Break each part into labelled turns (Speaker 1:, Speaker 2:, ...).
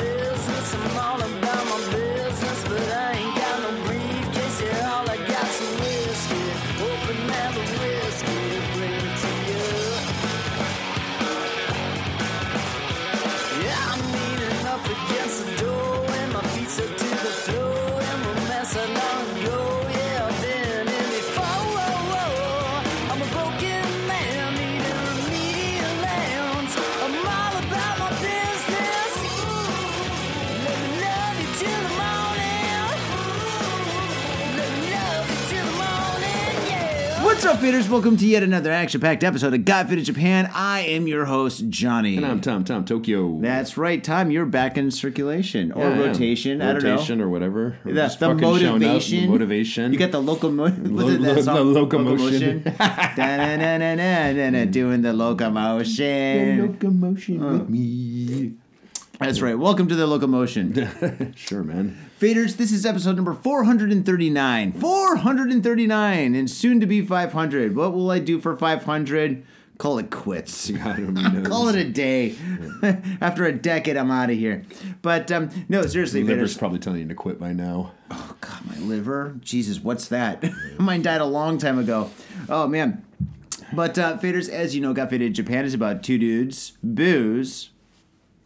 Speaker 1: guess I'm all about my business, but I ain't got no briefcase. Yeah, all I got's a whiskey. Open the whiskey, bring it to you. Yeah, I'm leaning up against the door, and my feet set to the floor, and we're messing on go. Yeah, I've been in before. Whoa, whoa. I'm a broken man, needing remedial lands. I'm all about my business. Let me love you till the morning. Let me love you till the morning, yeah.
Speaker 2: What's up, fitters? Welcome to yet another action-packed episode of God Fit in Japan. I am your host, Johnny.
Speaker 3: And I'm Tom, Tom, Tokyo.
Speaker 2: That's right, Tom. You're back in circulation or
Speaker 3: Yeah, I am.
Speaker 2: rotation. I don't know.
Speaker 3: Rotation or whatever. Or
Speaker 2: That's
Speaker 3: just
Speaker 2: the
Speaker 3: fucking showing up, the
Speaker 2: motivation.
Speaker 3: motivation.
Speaker 2: You got the locomotion.
Speaker 3: Lo- lo- the locomotion.
Speaker 2: Doing the locomotion.
Speaker 3: locomotion
Speaker 2: Oh.
Speaker 3: with me.
Speaker 2: That's right. Welcome to the locomotion.
Speaker 3: Sure, man.
Speaker 2: Faders, this is episode number 439. 439 and soon to be 500. What will I do for 500? Call it quits.
Speaker 3: God only knows.
Speaker 2: Call it a day. After a decade, I'm out of here. But um, no, seriously,
Speaker 3: Your liver's
Speaker 2: Faders.
Speaker 3: probably telling you to quit by now.
Speaker 2: Oh, God, my liver. Jesus, what's that? Mine died a long time ago. Oh, man. But uh, Faders, as you know, Got Faded Japan is about two dudes, booze.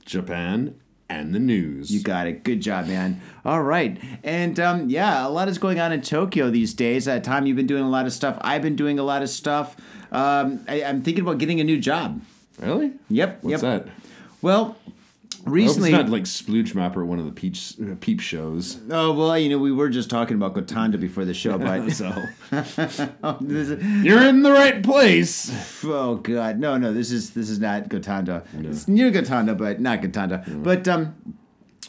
Speaker 3: Japan and the news.
Speaker 2: You got it. Good job, man. All right. And um, yeah, a lot is going on in Tokyo these days. Uh, Tom, you've been doing a lot of stuff. I've been doing a lot of stuff. Um, I, I'm thinking about getting a new job.
Speaker 3: really?
Speaker 2: Yep.
Speaker 3: What's
Speaker 2: yep.
Speaker 3: that?
Speaker 2: Well,
Speaker 3: I hope it's
Speaker 2: recently.
Speaker 3: not like Splooge Map or one of the peeps, uh, peep shows.
Speaker 2: Oh well, you know we were just talking about Gotanda before the show, but
Speaker 3: So
Speaker 2: oh, this is,
Speaker 3: you're in the right place.
Speaker 2: oh god, no, no, this is this is not Gotanda. It's near Gotanda, but not Gotanda. But um,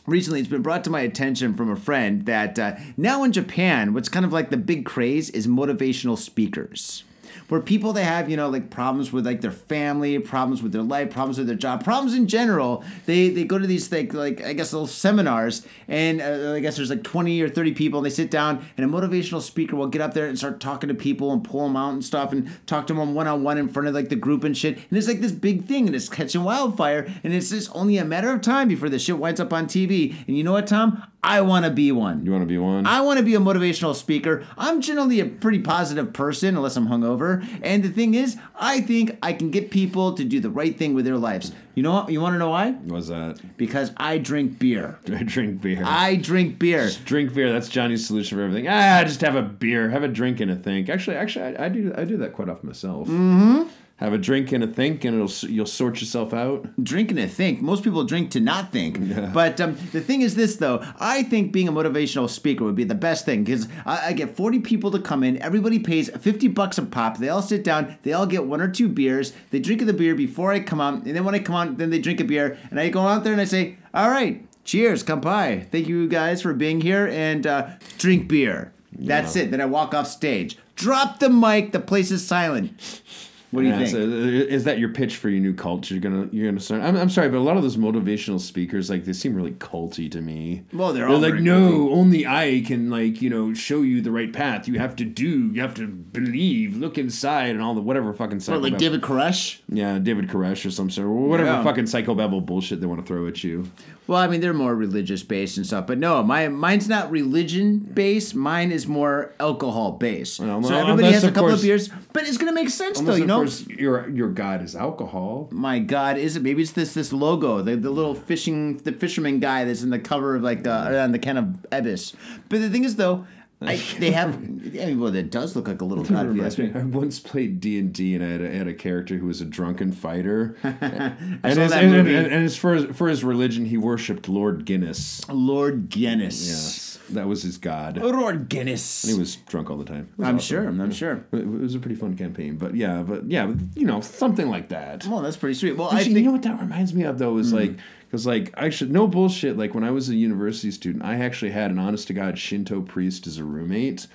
Speaker 2: recently, it's been brought to my attention from a friend that uh, now in Japan, what's kind of like the big craze is motivational speakers. Where people that have you know like problems with like their family, problems with their life, problems with their job, problems in general, they they go to these things like I guess little seminars, and uh, I guess there's like twenty or thirty people, and they sit down, and a motivational speaker will get up there and start talking to people and pull them out and stuff, and talk to them one on one in front of like the group and shit, and it's like this big thing, and it's catching wildfire, and it's just only a matter of time before this shit winds up on TV, and you know what, Tom? I want to be one.
Speaker 3: You want to be one?
Speaker 2: I want to be a motivational speaker. I'm generally a pretty positive person, unless I'm hungover. And the thing is, I think I can get people to do the right thing with their lives. You know what? You want to know why?
Speaker 3: Was that?
Speaker 2: Because I drink beer.
Speaker 3: I drink beer.
Speaker 2: I drink beer.
Speaker 3: Just drink beer. That's Johnny's solution for everything. Ah, just have a beer, have a drink and a think. Actually, actually, I, I do I do that quite often myself. Mm-hmm. Have a drink and a think, and it'll s- you'll sort yourself out.
Speaker 2: Drinking to think. Most people drink to not think. But um, the thing is this, though. I think being a motivational speaker would be the best thing because I, I get 40 people to come in. Everybody pays 50 bucks a pop. They all sit down. They all get one or two beers. They drink the beer before I come out. And then when I come out, then they drink a beer. And I go out there and I say, all right, cheers, kampai. Thank you guys for being here and uh, drink beer. That's it. Then I walk off stage. Drop the mic. The place is silent. What do you
Speaker 3: Yeah,
Speaker 2: think?
Speaker 3: so uh, is that your pitch for your new cult? You're gonna you're gonna start. I'm, I'm sorry, but a lot of those motivational speakers like they seem really culty to me.
Speaker 2: Well, they're all
Speaker 3: they're
Speaker 2: very
Speaker 3: like no,
Speaker 2: culty."
Speaker 3: only I can like you know show you the right path. You have to do. You have to believe. Look inside and all the whatever fucking
Speaker 2: Or
Speaker 3: psychobabble.
Speaker 2: like David Koresh?
Speaker 3: yeah, David Koresh or some sort of whatever
Speaker 2: Yeah.
Speaker 3: fucking psychobabble bullshit they want to throw at you.
Speaker 2: Well, I mean, they're more religious based and stuff, but no, my mine's not religion based. Mine is more alcohol based.
Speaker 3: Well,
Speaker 2: so
Speaker 3: well,
Speaker 2: everybody
Speaker 3: unless,
Speaker 2: has a
Speaker 3: of
Speaker 2: couple of
Speaker 3: course-
Speaker 2: beers, but it's gonna make sense though,
Speaker 3: Unless,
Speaker 2: you
Speaker 3: of
Speaker 2: know.
Speaker 3: course, your your god is alcohol.
Speaker 2: My God, is it? Maybe it's this this logo, the, the little fishing, the fisherman guy that's in the cover of like uh, on the can of Ebis. But the thing is though, I, they have. I mean, well, it does look like a little god. If you ask me.
Speaker 3: I once played D and D, and I had a, had a character who was a drunken fighter. and,
Speaker 2: saw
Speaker 3: as,
Speaker 2: that
Speaker 3: and, and,
Speaker 2: movie.
Speaker 3: and as for his, for his religion, he worshipped Lord Guinness.
Speaker 2: Lord Guinness.
Speaker 3: That was his god.
Speaker 2: Lord Guinness.
Speaker 3: He was drunk all the time. It was
Speaker 2: I'm
Speaker 3: awesome.
Speaker 2: sure. I'm sure.
Speaker 3: It was a pretty fun campaign, but yeah, but yeah, but, you know, something like that.
Speaker 2: Well, that's pretty sweet. Well, I
Speaker 3: Actually,
Speaker 2: think. Hmm.
Speaker 3: you know what that reminds me of though is like because like I should no bullshit. Like when I was a university student, I actually had an honest to god Shinto priest as a roommate,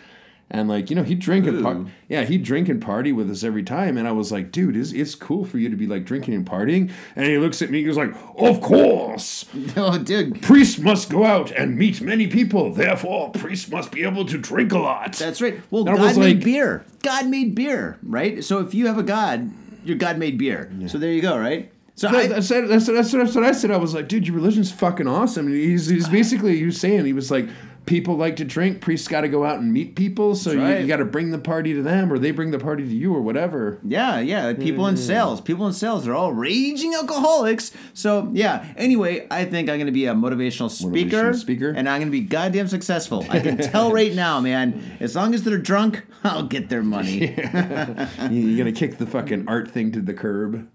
Speaker 3: and like you know he drink and par- yeah he drink and party with us every time, and I was like, dude, it's it's cool for you to be like drinking and partying, and he looks at me, he was like, of course,
Speaker 2: Oh, dude.
Speaker 3: priest must go out and meet many people, therefore priest must be able to drink a lot.
Speaker 2: That's right. Well,
Speaker 3: That
Speaker 2: God
Speaker 3: was
Speaker 2: made
Speaker 3: like-
Speaker 2: beer. God made beer, right? So if you have a God, your God made beer. So there you go, right? So
Speaker 3: No,
Speaker 2: I,
Speaker 3: that's, that's, that's, that's what I said. I was like, dude, your religion's fucking awesome. And he's, he's basically, he was saying, he was like, people like to drink. Priests got to go out and meet people. So you,
Speaker 2: right.
Speaker 3: you got to bring the party to them or they bring the party to you or whatever.
Speaker 2: Yeah, yeah. like, People
Speaker 3: Mm-hmm.
Speaker 2: in sales. People in sales. They're all raging alcoholics. So yeah. Anyway, I think I'm gonna be a motivational speaker.
Speaker 3: Motivational speaker.
Speaker 2: And I'm gonna be goddamn successful. I can tell right now, man. As long as they're drunk, I'll get their money.
Speaker 3: You- You're going to kick the fucking art thing to the curb.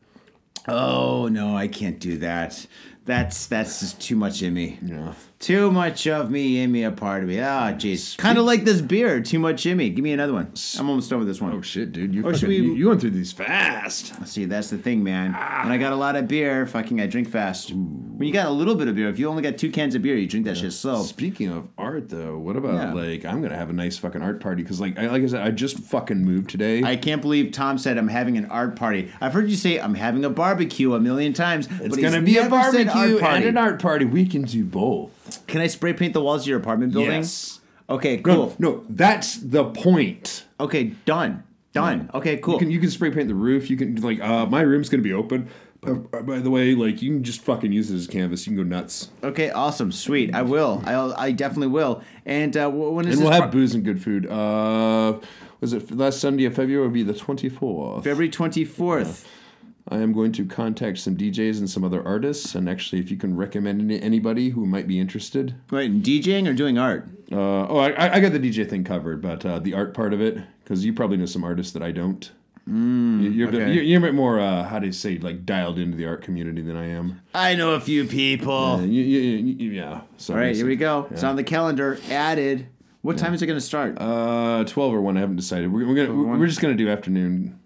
Speaker 2: Oh no, I can't do that. That's that's just too much in me.
Speaker 3: Yeah.
Speaker 2: Too much of me in me, a part of me. Ah, jeez. Kind of like this beer. Too much in me. Give me another one. I'm almost done with this one.
Speaker 3: Oh, shit, dude. You're
Speaker 2: Or should
Speaker 3: fucking,
Speaker 2: we-
Speaker 3: you, you went through these fast.
Speaker 2: See, that's the thing, man.
Speaker 3: Ah.
Speaker 2: When I got a lot of beer, fucking, I drink fast. When you got a little bit of beer, if you only got two cans of beer, you drink that shit slow.
Speaker 3: Speaking of art, though, what about
Speaker 2: Oh. Yeah.
Speaker 3: like I'm gonna have a nice fucking art party because like I, like I said, I just fucking moved today.
Speaker 2: I can't believe Tom said I'm having an art party. I've heard you say I'm having a barbecue a million times.
Speaker 3: it's
Speaker 2: but he's
Speaker 3: gonna be a
Speaker 2: never said
Speaker 3: barbecue
Speaker 2: art
Speaker 3: and an art party. We can do both.
Speaker 2: Can I spray paint the walls of your apartment building?
Speaker 3: Yes.
Speaker 2: Okay, cool.
Speaker 3: No, no, that's the point.
Speaker 2: Okay, done. Done. Okay, cool.
Speaker 3: You can you can spray paint the roof. You can like uh, my room's gonna be open. Uh, by the way, like you can just fucking use it as canvas. You can go nuts,
Speaker 2: okay, awesome. Sweet. I will. I'll, I definitely will. And uh, wh- when is this?
Speaker 3: and we'll
Speaker 2: par-
Speaker 3: have booze and good food. Uh, was it last Sunday of February? Would be the twenty fourth.
Speaker 2: February 24th.
Speaker 3: I am going to contact some DJs and some other artists, and actually, if you can recommend any, anybody who might be interested,
Speaker 2: Wait, DJing or doing art?
Speaker 3: Uh, oh, I- I, I got the DJ thing covered, but uh, the art part of it, because you probably know some artists that I don't. Mm, you're, a bit-
Speaker 2: okay.
Speaker 3: you're, you're a bit more, uh, how do you say, like dialed into the art community than I am.
Speaker 2: I know a few people.
Speaker 3: And you- you- you- you- yeah. So
Speaker 2: All right, here we go. It's on the calendar. Added. What time is it going to start?
Speaker 3: Uh, twelve or one, I haven't decided. We're, we're gonna we're, we're just gonna do afternoon.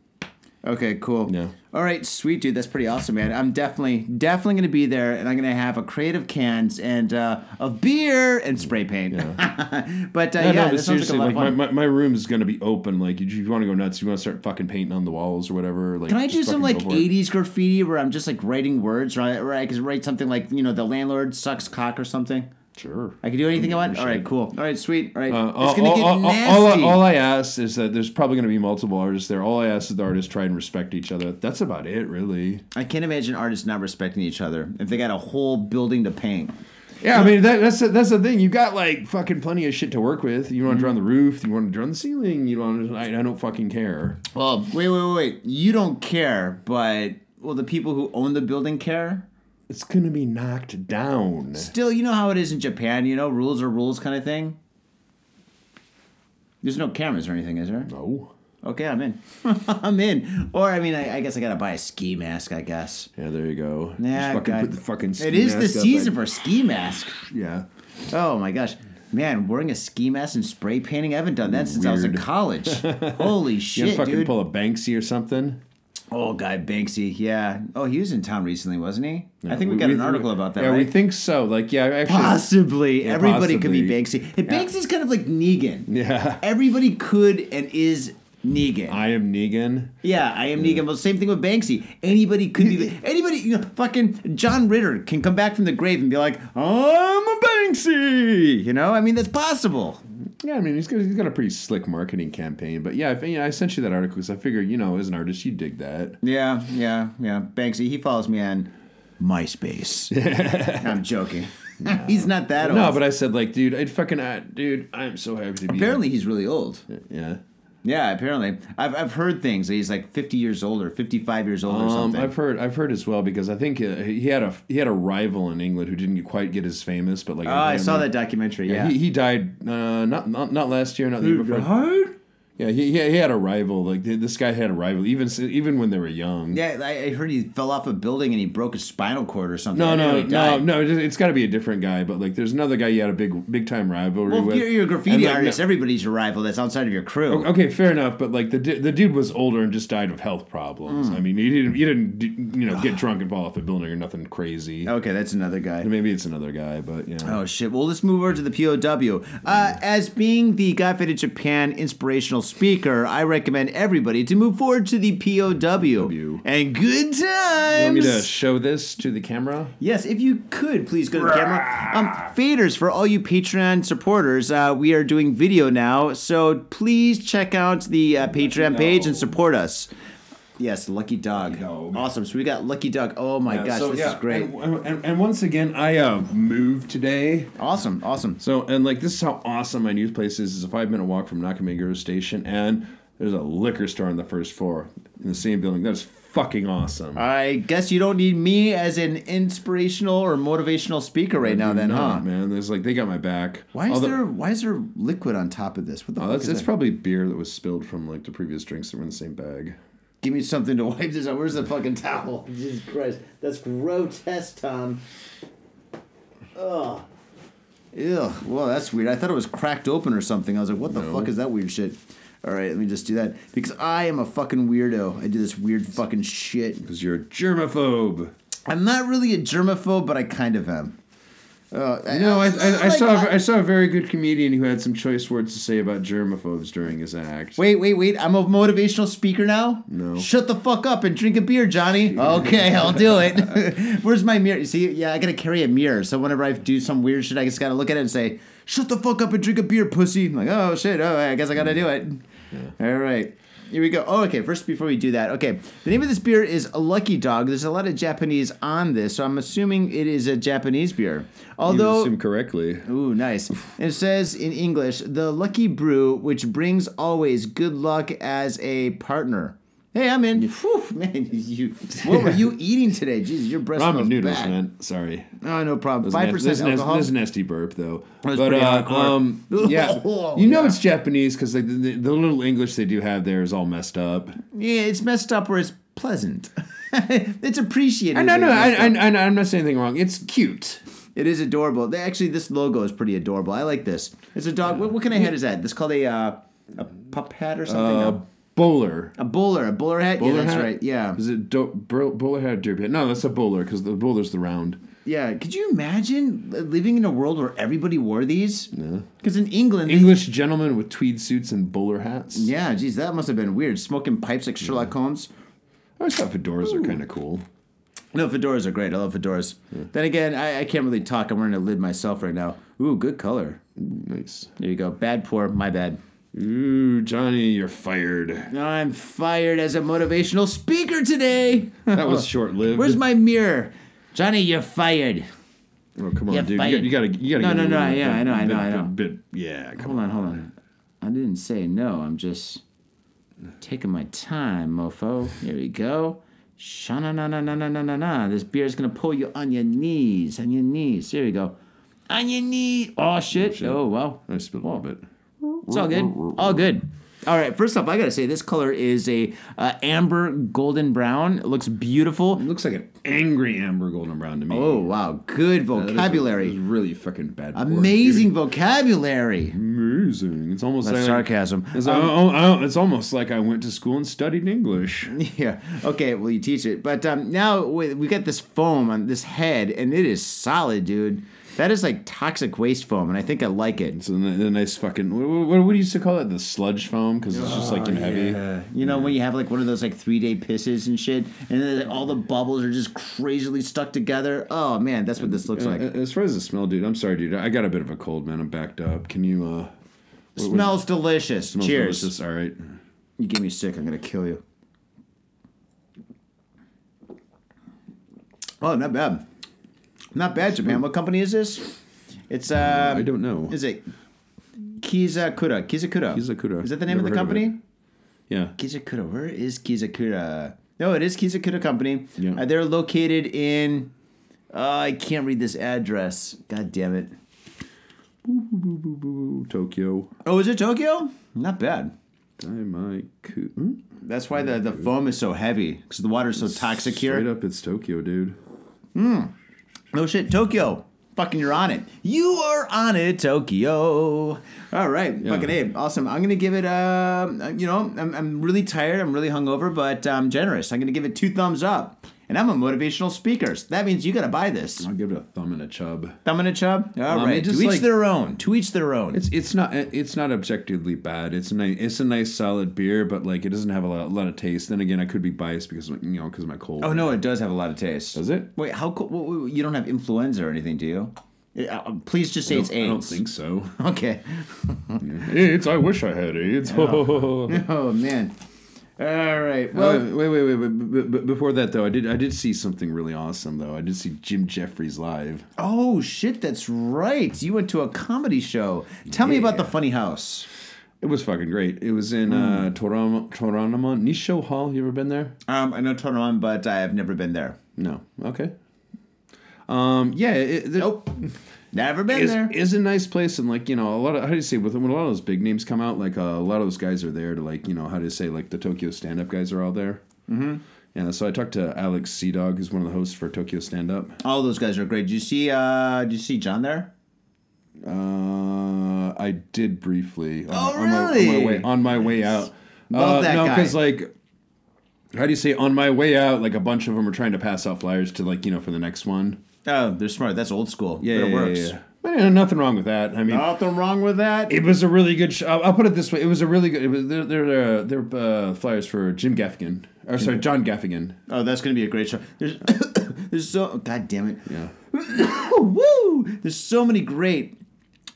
Speaker 2: okay, cool.
Speaker 3: Yeah.
Speaker 2: All right, sweet dude. That's pretty awesome, man. I'm definitely, definitely going to be there, and I'm going to have a crate of cans and uh, of beer and spray paint. but uh, yeah,
Speaker 3: No, no, but
Speaker 2: that sounds like a
Speaker 3: seriously,
Speaker 2: lot
Speaker 3: like,
Speaker 2: of fun.
Speaker 3: my, my, my room is gonna be open. Like, if you want to go nuts, you want to start fucking painting on the walls or whatever. Like,
Speaker 2: Can I
Speaker 3: just
Speaker 2: do some
Speaker 3: fucking
Speaker 2: like
Speaker 3: go for it.
Speaker 2: '80s graffiti where I'm just like writing words, right? Where I could write something like, you know, the landlord sucks cock or something.
Speaker 3: Sure.
Speaker 2: I could do anything I want.
Speaker 3: we
Speaker 2: All right,
Speaker 3: should.
Speaker 2: cool. All right, sweet. All right,
Speaker 3: Mm, Uh, all,
Speaker 2: it's gonna
Speaker 3: all-
Speaker 2: get
Speaker 3: all- all- all I-
Speaker 2: nasty.
Speaker 3: all I ask is that there's probably going to be multiple artists there. All I ask is the artists try and respect each other. That's about it, really.
Speaker 2: I can't imagine artists not respecting each other if they got a whole building to paint.
Speaker 3: Yeah, I mean that, that's the, that's the thing. You got like fucking plenty of shit to work with. You want to draw on the roof. You want to draw on the ceiling. You want to. I, I don't fucking care.
Speaker 2: Well, wait, wait, wait, wait. You don't care, but well, the people who own the building care.
Speaker 3: It's gonna be knocked down.
Speaker 2: Still, you know how it is in Japan. You know, rules are rules, kind of thing. There's no cameras or anything, is there?
Speaker 3: No.
Speaker 2: Okay, I'm in. I'm in. Or I mean, I, I guess I gotta buy a ski mask. I guess.
Speaker 3: Yeah, there you go.
Speaker 2: Yeah,
Speaker 3: Just fucking
Speaker 2: God.
Speaker 3: put the fucking. ski
Speaker 2: It is the
Speaker 3: mask up,
Speaker 2: season
Speaker 3: like-
Speaker 2: for ski mask.
Speaker 3: yeah.
Speaker 2: Oh my gosh. Man, wearing a ski mask and spray painting, I haven't done that since I was in
Speaker 3: Weird.
Speaker 2: college. Holy
Speaker 3: You
Speaker 2: shit,
Speaker 3: gonna fucking
Speaker 2: dude.
Speaker 3: pull a Banksy or something.
Speaker 2: Oh, guy Banksy, yeah. Oh, he was in town recently, wasn't he? I think we, got an article about that,
Speaker 3: Yeah,
Speaker 2: right?
Speaker 3: we think so. Like, yeah, actually,
Speaker 2: possibly. Everybody could be
Speaker 3: possibly.
Speaker 2: Banksy. And Banksy's kind of like Negan.
Speaker 3: Yeah.
Speaker 2: Everybody could and is Negan.
Speaker 3: I am Negan.
Speaker 2: yeah, I am Negan. Well, same thing with Banksy. Anybody could be. Anybody, you know, fucking John Ritter can come back from the grave and be like, I'm a Banksy. You know, I mean, that's possible.
Speaker 3: Yeah, I mean, he's got, he's got a pretty slick marketing campaign. But yeah, I, think- yeah, I sent you that article because I figured, you know, as an artist, you dig that.
Speaker 2: Yeah, yeah, yeah. Banksy, he follows me on MySpace. I'm joking. he's not that
Speaker 3: No,
Speaker 2: old.
Speaker 3: but I said, like, dude, I'd fucking, uh, dude, I'm so happy to be
Speaker 2: apparently he's really old.
Speaker 3: Yeah.
Speaker 2: Yeah, apparently. I've, I've heard things that he's like 50 years old or 55 years old or
Speaker 3: Um,
Speaker 2: something.
Speaker 3: I've heard, I've heard as well because I think uh, he had a he had a rival in England who didn't quite get as famous, but like
Speaker 2: oh, I saw that documentary, yeah.
Speaker 3: he, he died uh, not, not not last year, not the year before.
Speaker 2: Died?
Speaker 3: Yeah, he, he he had a rival. Like th- this guy had a rival, even s- even when they were young.
Speaker 2: Yeah, I, I heard he fell off a building and he broke his spinal cord or something.
Speaker 3: No,
Speaker 2: I know
Speaker 3: no,
Speaker 2: he
Speaker 3: no,
Speaker 2: died.
Speaker 3: no. It's, it's got to be a different guy. But like, there's another guy you had a big, big time rivalry
Speaker 2: Well,
Speaker 3: with.
Speaker 2: if you're, you're a
Speaker 3: And,
Speaker 2: graffiti
Speaker 3: like, no-
Speaker 2: artist, everybody's your rival that's outside of your crew.
Speaker 3: Okay, fair enough, but like the du- the dude was older and just died of health problems.
Speaker 2: Hmm.
Speaker 3: I mean, he didn't he didn't d- you know get drunk and fall off a building or nothing crazy.
Speaker 2: okay, that's another guy.
Speaker 3: Maybe it's another guy, but you know.
Speaker 2: Oh shit! Well, let's move over to the POW. Uh, as being the Guy Fed in Japan inspirational speaker, I recommend everybody to move forward to the POW and good times.
Speaker 3: You want me to show this to the camera?
Speaker 2: Yes, if you could, please go to the camera. Um, faders, for all you Patreon supporters, uh, we are doing video now, so please check out the uh, Patreon page and support us. Yes, Lucky Dog.
Speaker 3: Lucky Dog.
Speaker 2: Awesome. So we got Lucky Dog. Oh my gosh,
Speaker 3: so,
Speaker 2: this
Speaker 3: yeah,
Speaker 2: is great.
Speaker 3: And, and, and once again, I uh, moved today.
Speaker 2: awesome, awesome.
Speaker 3: So, and like this is how awesome my new place is. It's a five minute walk from Nakameguro Station, and there's a liquor store on the first floor in the same building. That's fucking awesome.
Speaker 2: I guess you don't need me as an inspirational or motivational speaker right now, then,
Speaker 3: Nah,
Speaker 2: huh?
Speaker 3: Ah, man, there's like they got my back.
Speaker 2: Why is
Speaker 3: Although-
Speaker 2: there why is there liquid on top of this? What the
Speaker 3: Oh,
Speaker 2: fuck
Speaker 3: that's
Speaker 2: is
Speaker 3: it's
Speaker 2: that?
Speaker 3: probably beer that was spilled from like the previous drinks that were in the same bag.
Speaker 2: Give me something to wipe this out. Where's the fucking towel? Jesus Christ, that's grotesque, Tom. Ugh. Ugh. Well, that's weird. I thought it was cracked open or something. I was like, what the fuck is that weird shit? All right, let me just do that because I am a fucking weirdo. I do this weird fucking shit.
Speaker 3: Because you're a germaphobe.
Speaker 2: I'm not really a germaphobe, but I kind of am. Uh,
Speaker 3: No, I, I, I
Speaker 2: like-
Speaker 3: saw I saw a very good comedian who had some choice words to say about germaphobes during his act.
Speaker 2: Wait, wait, wait. I'm a motivational speaker now?
Speaker 3: No.
Speaker 2: Shut the fuck up and drink a beer, Johnny. Okay, I'll do it. Where's my mirror? You see, yeah, I gotta carry a mirror. So whenever I do some weird shit, I just gotta look at it and say, shut the fuck up and drink a beer, pussy. I'm like, oh shit, oh, I guess I gotta do it. All right. Here we go. Oh, okay. First, before we do that, okay. The name of this beer is a Lucky Dog. There's a lot of Japanese on this, so I'm assuming it is a Japanese beer. Although,
Speaker 3: you assume correctly.
Speaker 2: Ooh, nice. It says in English, the lucky brew which brings always good luck as a partner. Hey, I'm in. Phew, man, you. What were you eating today? Jeez, your breast
Speaker 3: Ramen
Speaker 2: smells
Speaker 3: noodles,
Speaker 2: bad.
Speaker 3: man. Sorry.
Speaker 2: Oh, no problem.
Speaker 3: That's
Speaker 2: Five
Speaker 3: nas- that's
Speaker 2: percent
Speaker 3: nas-
Speaker 2: alcohol.
Speaker 3: That's nasty burp though.
Speaker 2: was
Speaker 3: But
Speaker 2: pretty
Speaker 3: uh,
Speaker 2: hardcore.
Speaker 3: um, yeah,
Speaker 2: Oh,
Speaker 3: you know
Speaker 2: yeah.
Speaker 3: it's Japanese because like the, the, the little English they do have there is all messed up.
Speaker 2: yeah, it's messed up where it's pleasant. it's appreciated.
Speaker 3: No,
Speaker 2: when
Speaker 3: no,
Speaker 2: it's
Speaker 3: I,
Speaker 2: messed
Speaker 3: I,
Speaker 2: up.
Speaker 3: I, I'm not saying anything wrong. It's cute.
Speaker 2: It is adorable. They, actually, this logo is pretty adorable. I like this. It's a dog. What, what kind of head is that? This called a uh, a pup hat or something.
Speaker 3: Uh, bowler.
Speaker 2: a bowler. A bowler hat.
Speaker 3: Bowler
Speaker 2: yeah, that's
Speaker 3: hat?
Speaker 2: right. Yeah.
Speaker 3: Is it do- bur- bowler hat or derby hat? No, that's a bowler because the bowler's the round.
Speaker 2: Yeah, could you imagine li- living in a world where everybody wore these? No. Because in England, they-
Speaker 3: English gentlemen with tweed suits and bowler hats.
Speaker 2: yeah, geez, that must have been weird. Smoking pipes like Sherlock Holmes.
Speaker 3: I always thought fedoras are kind of cool.
Speaker 2: No, fedoras are great. I love fedoras. Then again, I, I can't really talk. I'm wearing a lid myself right now. Ooh, good color.
Speaker 3: Nice.
Speaker 2: There you go. Bad poor, my bad.
Speaker 3: Ooh, Johnny, you're fired.
Speaker 2: I'm fired as a motivational speaker today.
Speaker 3: That was short lived.
Speaker 2: Where's my mirror? Johnny, you're fired.
Speaker 3: Oh, come on,
Speaker 2: Yeah,
Speaker 3: dude. You
Speaker 2: fight.
Speaker 3: got, you got to. You got
Speaker 2: No, no, no, yeah, I know, I know, I know.
Speaker 3: Bit, yeah, come
Speaker 2: Hold on, hold on. I didn't say no. I'm just taking my time, mofo. Here we go. Sha na na na na na na na na. This beer is gonna pull you on your knees, on your knees. Here we go. On your knees. Oh shit. Oh,
Speaker 3: shit.
Speaker 2: wow.
Speaker 3: I spilled a little bit.
Speaker 2: It's all good. All good. All right. First off, I gotta say this color is a uh, amber golden brown. It looks beautiful.
Speaker 3: looks like an angry amber golden brown to me.
Speaker 2: Oh wow. Good
Speaker 3: That is-
Speaker 2: vocabulary.
Speaker 3: is really fucking bad. for it, dude.
Speaker 2: Amazing vocabulary.
Speaker 3: Amazing. It's almost
Speaker 2: That's
Speaker 3: like
Speaker 2: sarcasm. Um,
Speaker 3: It's, al- al- it's almost like I went to school and studied English.
Speaker 2: Yeah. Okay. Well, you teach it, but um, now we, we got this foam on this head, and it is solid, dude. That is like toxic waste foam, and I think I like it.
Speaker 3: So the, the nice fucking what, what, what do you used to call it? The sludge foam because it's just like you know, heavy.
Speaker 2: You know when you have like one of those like three day pisses and shit, and then like, all the bubbles are just crazily stuck together. Oh man, that's what this looks like.
Speaker 3: A- As far as the smell, dude, I'm sorry, dude. I got a bit of a cold, man. I'm backed up. Can you? uh
Speaker 2: smells delicious.
Speaker 3: smells
Speaker 2: Cheers.
Speaker 3: delicious. All right.
Speaker 2: You give me sick, I'm gonna kill you. Oh, not bad. Not bad, Japan. What company is this? It's uh
Speaker 3: I don't know.
Speaker 2: Is it Kizakura? Kizakura.
Speaker 3: Kizakura.
Speaker 2: Is that the name of the
Speaker 3: Never heard of
Speaker 2: company?
Speaker 3: it. Yeah.
Speaker 2: Kizakura. Where is Kizakura? No, it is Kizakura Company.
Speaker 3: Yeah.
Speaker 2: Uh, they're located in. Uh, I can't read this address. God damn it.
Speaker 3: Ooh, Tokyo.
Speaker 2: Oh, is it Tokyo? Not bad.
Speaker 3: Daimaku. Hmm?
Speaker 2: That's why the, the foam is so heavy because the water is so toxic here.
Speaker 3: Straight up, it's Tokyo, dude.
Speaker 2: No shit, Tokyo. Fucking, you're on it. You are on it, Tokyo. All right, fucking Abe, awesome. I'm gonna give it. Uh, you know, I'm, I'm really tired. I'm really hungover, but I'm generous. I'm gonna give it two thumbs up. And I'm a motivational speaker. So that means you gotta buy this.
Speaker 3: I'll give it a thumb and a chub.
Speaker 2: Thumb and a chub. All right,
Speaker 3: Um, it just
Speaker 2: to each
Speaker 3: like-
Speaker 2: their own. To each their own.
Speaker 3: It's it's not it's not objectively bad. It's a nice it's a nice solid beer, but like it doesn't have a lot, a lot of taste. Then again, I could be biased because you know because of my cold.
Speaker 2: oh no, it does have a lot of taste.
Speaker 3: does it?
Speaker 2: Wait, how cool? wait, wait, You don't have influenza or anything, do you? Yeah, uh, Please just say it's
Speaker 3: I
Speaker 2: AIDS.
Speaker 3: don't think so.
Speaker 2: Okay.
Speaker 3: AIDS. I wish I had AIDS.
Speaker 2: Oh man. All right.
Speaker 3: Oh,
Speaker 2: Well,
Speaker 3: wait, wait, wait, wait, but- but- but Before that, though, I did I did see something really awesome though. I did see Jim Jeffries live.
Speaker 2: oh shit, that's right. You went to a comedy show. Tell me about the Funny House.
Speaker 3: It was fucking great. It was in
Speaker 2: Hmm.
Speaker 3: uh, Toronoma, Toronoma Nisho Hall. You ever been there?
Speaker 2: Um, I know Toronto, but I have never been there.
Speaker 3: No. Okay. Um. Yeah. It, the-
Speaker 2: Nope. Never been
Speaker 3: is,
Speaker 2: there.
Speaker 3: is a nice place and like you know a lot of how do you say with when a lot of those big names come out like uh, a lot of those guys are there to like you know how do you say like the Tokyo stand up guys are all there. Mm-hmm. Yeah, so I talked to Alex Sea Dog, who's one of the hosts for Tokyo Stand Up.
Speaker 2: All those guys are great. Did you see? Uh, did you see John there?
Speaker 3: Uh, I did briefly.
Speaker 2: Oh,
Speaker 3: on, my- on my,
Speaker 2: really?
Speaker 3: way on my way out.
Speaker 2: Love
Speaker 3: uh,
Speaker 2: that
Speaker 3: no,
Speaker 2: guy.
Speaker 3: because like, how do you say on my way out? Like a bunch of them are trying to pass out flyers to like you know for the next one.
Speaker 2: Oh, they're smart. That's old school.
Speaker 3: Yeah,
Speaker 2: but it
Speaker 3: yeah,
Speaker 2: works.
Speaker 3: yeah, yeah. But, yeah, nothing wrong with that. I mean,
Speaker 2: Nothing wrong with that.
Speaker 3: It was a really good. Sh- I'll, I'll put it this way: it was a really good. It was, they're they're, uh, they're uh, flyers for Jim Gaffigan, or sorry, John Gaffigan.
Speaker 2: Oh, that's gonna be a great show. There's, there's so god damn it.
Speaker 3: Yeah.
Speaker 2: Woo! There's so many great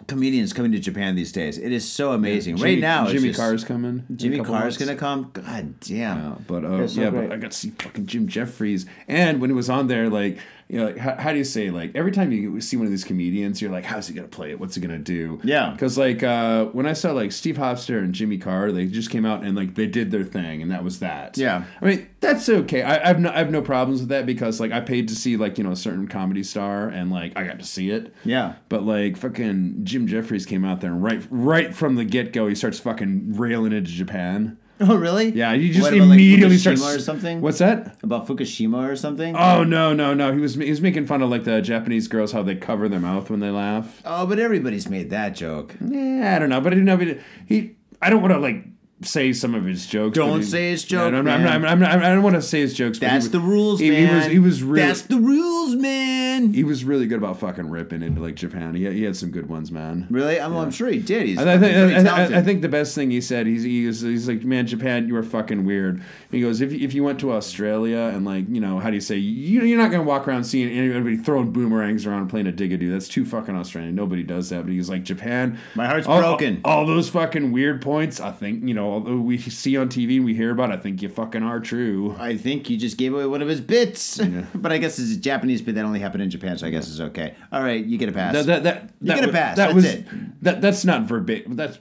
Speaker 2: comedians coming to Japan these days. It is so amazing. right
Speaker 3: Jimmy-
Speaker 2: now, it's
Speaker 3: Jimmy
Speaker 2: just-
Speaker 3: Carr's coming. in a
Speaker 2: Jimmy
Speaker 3: couple
Speaker 2: Carr's gonna
Speaker 3: months.
Speaker 2: come. God
Speaker 3: Yeah,
Speaker 2: damn.
Speaker 3: but uh,
Speaker 2: That's so
Speaker 3: yeah,
Speaker 2: great.
Speaker 3: but I got to see fucking Jim Jeffries, and when it was on there, like, you know, like, how, how do you say, like, every time you see one of these comedians, you're like, how's he gonna play it? What's he gonna do?
Speaker 2: Yeah.
Speaker 3: because like uh, when I saw like Steve Hofstra and Jimmy Carr, they just came out and like they did their thing, and that was that.
Speaker 2: Yeah.
Speaker 3: I mean that's okay. I, I've no I have no problems with that because like I paid to see like you know a certain comedy star, and like I got to see it.
Speaker 2: Yeah.
Speaker 3: But like fucking Jim Jeffries came out there and right right from the get go he starts fucking railing into Japan.
Speaker 2: Oh really?
Speaker 3: Yeah, you just
Speaker 2: What about, like,
Speaker 3: immediately
Speaker 2: Fukushima
Speaker 3: start
Speaker 2: or something.
Speaker 3: What's that?
Speaker 2: about Fukushima or something?
Speaker 3: Oh no, no, no! He was he was making fun of like the Japanese girls how they cover their mouth when they laugh.
Speaker 2: Oh, but everybody's made that joke.
Speaker 3: Yeah, I don't know, but you know, but he I don't want to like say some of his jokes. but
Speaker 2: Don't
Speaker 3: he-
Speaker 2: say his
Speaker 3: Yeah,
Speaker 2: joke,
Speaker 3: I'm, not- I'm, not-
Speaker 2: man.
Speaker 3: I'm not- I'm not- I don't want to say his jokes. but he
Speaker 2: That's
Speaker 3: was-
Speaker 2: the rules,
Speaker 3: he,
Speaker 2: man.
Speaker 3: He was he was really
Speaker 2: That's the rules, man.
Speaker 3: he was really good about fucking ripping into like Japan. He he had some good ones, man.
Speaker 2: really? I'm, I'm sure he did. He's
Speaker 3: I, think,
Speaker 2: very
Speaker 3: I- I-
Speaker 2: talented.
Speaker 3: I think the best thing he said, he's, he was, he's like, man, Japan, you are fucking weird. He goes, if, if you went to Australia and like, you know, how do you say, you, you're not going to walk around seeing anybody throwing boomerangs around and playing a digadoo. That's too fucking Australian. Nobody does that. But he's like, Japan.
Speaker 2: My heart's
Speaker 3: all-
Speaker 2: broken."
Speaker 3: All, those fucking weird points, I think, you know, although we see on TV and we hear about, I think you fucking are true.
Speaker 2: I think you just gave away one of his bits. but I guess it's a Japanese bit that only happened in Japan, so I guess it's okay. All right, you get a pass.
Speaker 3: That, that, that, that
Speaker 2: get a
Speaker 3: wa-
Speaker 2: pass.
Speaker 3: That
Speaker 2: That's
Speaker 3: was,
Speaker 2: it.
Speaker 3: That, that's not verbatim. That's,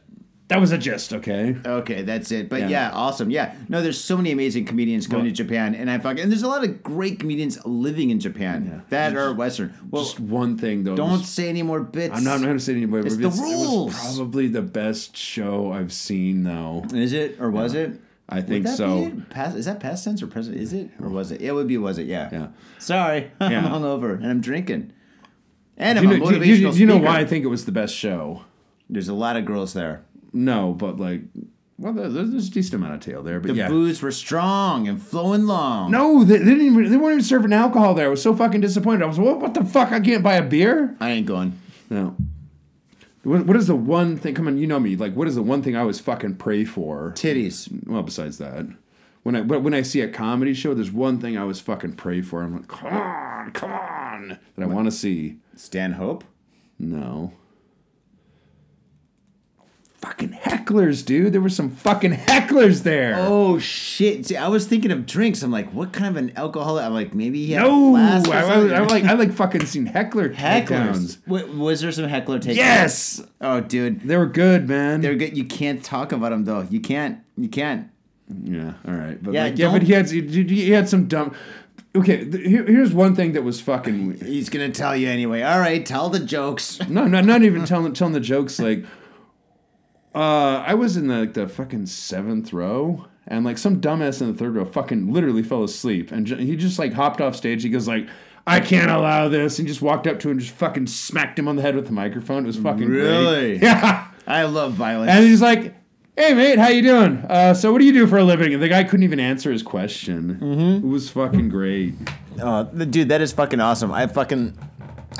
Speaker 3: that was a gist, okay?
Speaker 2: okay, that's it. But yeah.
Speaker 3: Yeah.
Speaker 2: awesome. Yeah, no, there's so many amazing comedians coming
Speaker 3: Well-
Speaker 2: to Japan, and I fucking and there's a lot of great comedians living in Japan that are Western. Well,
Speaker 3: Just one thing, though.
Speaker 2: don't say any more bits.
Speaker 3: I'm not, I'm not going to say anybody.
Speaker 2: It's
Speaker 3: but
Speaker 2: the
Speaker 3: it was
Speaker 2: rules.
Speaker 3: probably the best show I've seen, though.
Speaker 2: Is it or was it?
Speaker 3: I think
Speaker 2: Would that
Speaker 3: so.
Speaker 2: Be it? Past, is that past tense or present? Is it or was it? It would be. Was it? Yeah.
Speaker 3: Yeah.
Speaker 2: Sorry,
Speaker 3: Yeah.
Speaker 2: I'm hungover and I'm drinking, and
Speaker 3: Do
Speaker 2: I'm
Speaker 3: you,
Speaker 2: a
Speaker 3: know,
Speaker 2: motivational
Speaker 3: do you- do you- do you know
Speaker 2: speaker.
Speaker 3: why I think it was the best show?
Speaker 2: There's a lot of girls there.
Speaker 3: No, but like, well, there- there's, there's a decent amount of tail there, but
Speaker 2: The
Speaker 3: yeah.
Speaker 2: booze were strong and flowing long.
Speaker 3: no, they, they didn't even. They weren't even serving alcohol there. I was so fucking disappointed. I was, what, what the fuck? I can't buy a beer.
Speaker 2: I ain't going.
Speaker 3: No. What, what is the one thing? Come on, you know me. Like, what is the one thing I always fucking pray for?
Speaker 2: Titties.
Speaker 3: well, besides that, when I but when I see a comedy show, there's one thing I always fucking pray for. I'm like, come on, come on, that I want to see.
Speaker 2: Stan Hope?
Speaker 3: No. Fucking hecklers, dude. There were some fucking hecklers there.
Speaker 2: Oh shit! See, I was thinking of drinks. I'm like, what kind of an alcoholic? I'm like, maybe he had
Speaker 3: no,
Speaker 2: a
Speaker 3: I,
Speaker 2: flask or
Speaker 3: I-
Speaker 2: something.
Speaker 3: I like I like fucking seen heckler
Speaker 2: hecklers.
Speaker 3: takedowns.
Speaker 2: Wa- was there some heckler takedowns?
Speaker 3: Yes,
Speaker 2: Oh, dude,
Speaker 3: they were good, man.
Speaker 2: they're good. You can't talk about them though. You can't. You can't.
Speaker 3: Yeah, all right, but
Speaker 2: Yeah,
Speaker 3: yeah, like, yeah,
Speaker 2: don't-
Speaker 3: but he had he, he had some dumb. Okay, th- here, here's one thing that was fucking. weird.
Speaker 2: He's gonna tell you anyway. All right, tell the jokes.
Speaker 3: No, not not even telling telling the jokes. Like, uh, I was in the, like the fucking seventh row, and like some dumbass in the third row fucking literally fell asleep, and ju- he just like hopped off stage. He goes like, "I can't allow this," and just walked up to him, and just fucking smacked him on the head with the microphone. It was fucking great.
Speaker 2: Really?
Speaker 3: yeah.
Speaker 2: I love violence.
Speaker 3: And he's like, "Hey mate, how you doing? Uh, so what do you do for a living?" And the guy couldn't even answer his question.
Speaker 2: Mm-hmm.
Speaker 3: It was fucking great.
Speaker 2: Uh, the- dude, that is fucking awesome. I fucking.